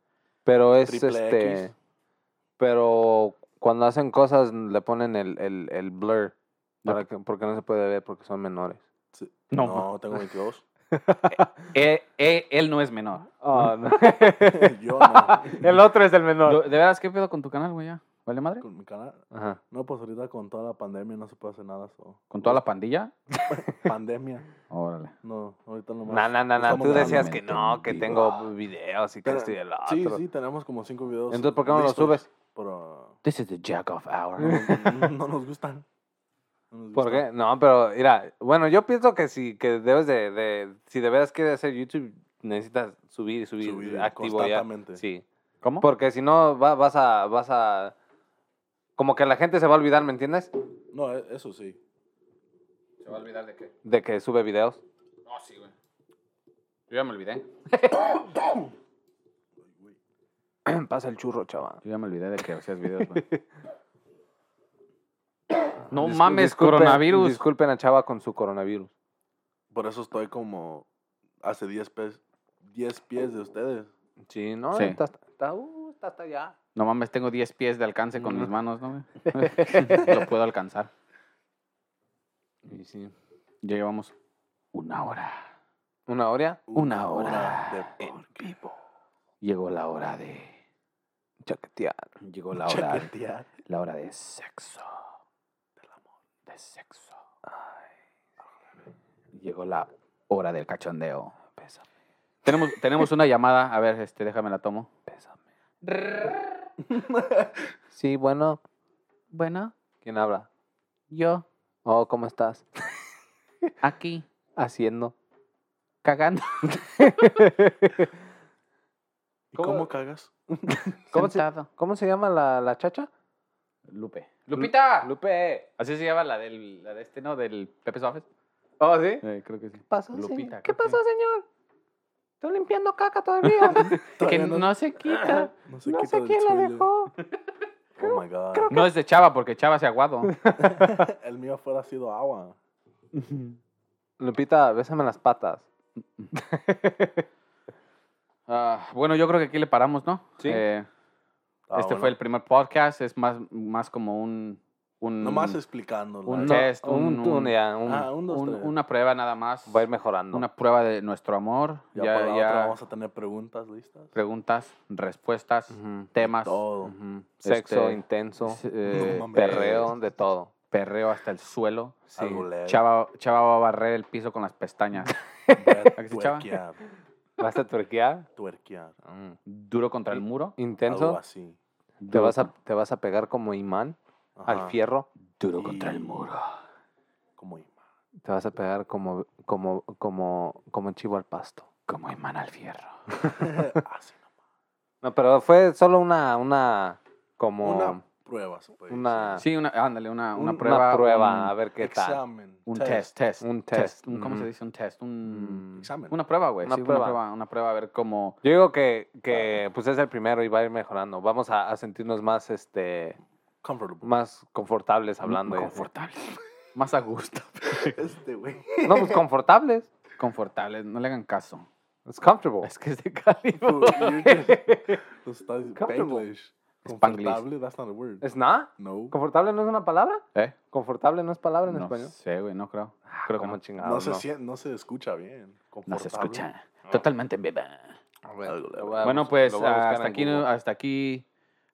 Pero es Triple este. X. Pero cuando hacen cosas le ponen el, el, el blur. Para que, porque no se puede ver porque son menores. No, No, tengo 22. eh, eh, él no es menor. Ah, Yo no. el otro es el menor. Lo- De veras, ¿qué pedo con tu canal, güey? ya? ¿Vale madre? Con mi canal. Ajá. No, pues ahorita con toda la pandemia no se puede hacer nada. so. ¿Con toda la pandilla? Pandemia. Órale. No, ahorita no más. No, no, no, no. Estamos Tú decías grabando. que no, que tengo videos y que esto y el otro. Sí, sí, tenemos como cinco videos. Entonces, ¿por qué no lo listos, subes? Pero This is the jack off hour. no, no nos gustan. No nos ¿Por gustan. qué? No, pero mira, bueno, yo pienso que si que debes de, de si de veras quieres hacer YouTube, necesitas subir, subir, Subir activo ya. constantemente. Sí. ¿Cómo? Porque si no va- vas a vas a como que la gente se va a olvidar, ¿me entiendes? No, e- eso sí. ¿Se va a olvidar de qué? De que sube videos. No, sí, güey. Yo ya me olvidé. Pasa el churro, chaval. Yo ya me olvidé de que hacías videos, güey. no Discul- mames, disculpen- coronavirus. Disculpen a Chava con su coronavirus. Por eso estoy como hace 10 pies, 10 pies de ustedes. Sí, no, Sí. Está, está, uh, está hasta allá. No mames, tengo 10 pies de alcance con mis Mm. manos, ¿no, güey? Lo puedo alcanzar. Y sí. Ya llevamos una hora. ¿Una hora? Una hora. de en vivo. Llegó la hora de... Chaquetear. Llegó la hora chaquetear. La hora de sexo. Del amor. De sexo. Llegó la hora del cachondeo. Tenemos, tenemos una llamada. A ver, este, déjame la tomo. Sí, bueno. Bueno, ¿Quién habla? yo Oh, ¿cómo estás? aquí Haciendo. cagando. ¿Y ¿Cómo- cómo, cagas? ¿Cómo se- sentado. ¿Cómo se llama la, la chacha? Lupe. Lupita. Lupe. Así se llama la del la de este, ¿no? Del Pepe's Office. Oh, Ah, ¿sí? Eh, creo que sí. pasó, Lupita, creo señor? ¿Qué que pasó, sí. señor? Estoy limpiando caca todavía. Que Todavía no, se quita. no se no quita sé del quién la suelo. dejó. Oh my god. No es de Chava porque Chava se aguado. El mío fuera ha sido agua. Lupita, bésame las patas. Ah, bueno, yo creo que aquí le paramos, ¿no? Sí. Eh, Ah, este bueno. fue el primer podcast, es más, más como un, un, Nomás explicando. Un like. test, un- un, un- ya, un- Ah, un, dos, un- tres. una prueba nada más, va a ir mejorando. una prueba de nuestro amor, Ya, ya, para la ya otra vamos a tener preguntas listas. preguntas, respuestas, Ujú, temas, Todo. ujú. Sexo Este, intenso, s- eh, No mames. perreo, de todo. perreo hasta el suelo. Sí. Algo leve. Chava, Chava va a barrer el piso con las pestañas, Ver- ¿A que sí, chava? Tuerquear. ¿Vas a tuerquear? Tuerquear. Mm. duro contra el muro, Algo Intenso. así. Te vas, a, te vas a pegar como imán al Ajá. fierro. duro Y- contra el muro. Como imán. Te vas a pegar como, como, como, como chivo al pasto. Como imán al fierro. Así nomás. No, pero fue solo una, una, como Una una, prueba, se puede una, Ah. Sí, una, ándale, una, una una prueba. prueba, un- a ver qué decir. tal. Examen. Un test, test. Un test, un- ¿Cómo se ujú. dice un test? Un, Mm. Examen. Una prueba, güey. Una sí, Una prueba. prueba. Una prueba a ver cómo. Yo digo que, que pues es el primero y va a ir mejorando. Vamos a, a sentirnos más, este, Comfortable. más confortables hablando. y así. Confortable. Más a gusto. Este, güey. No, pues confortables. Confortable. No le hagan caso. It's comfortable. Es que es de Cali. Dude, you're just- Los estás Comfortable. Spanglish. Spanglish. Confortable, that's not a word. ¿Es nada? No. ¿Confortable no es una palabra? ¿Eh? ¿Confortable no es palabra en No español? sé, güey. No creo. Creo que ¿Cómo Ah, no. chingados, No se, sien- no se escucha bien. No se Confortable. escucha. Totalmente en viva. A ver, Algo Ah. lo leve. voy a Bueno, bus- pues lo voy a buscar hasta en aquí, Google. hasta aquí.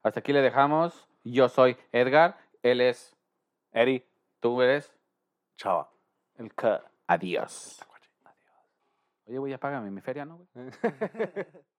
Hasta aquí le dejamos. Yo soy Edgar. Él es. Eddie, Tú eres. Chava. el cut. Adiós. Oye, güey, ya págame mi feria, ¿no, güey? That's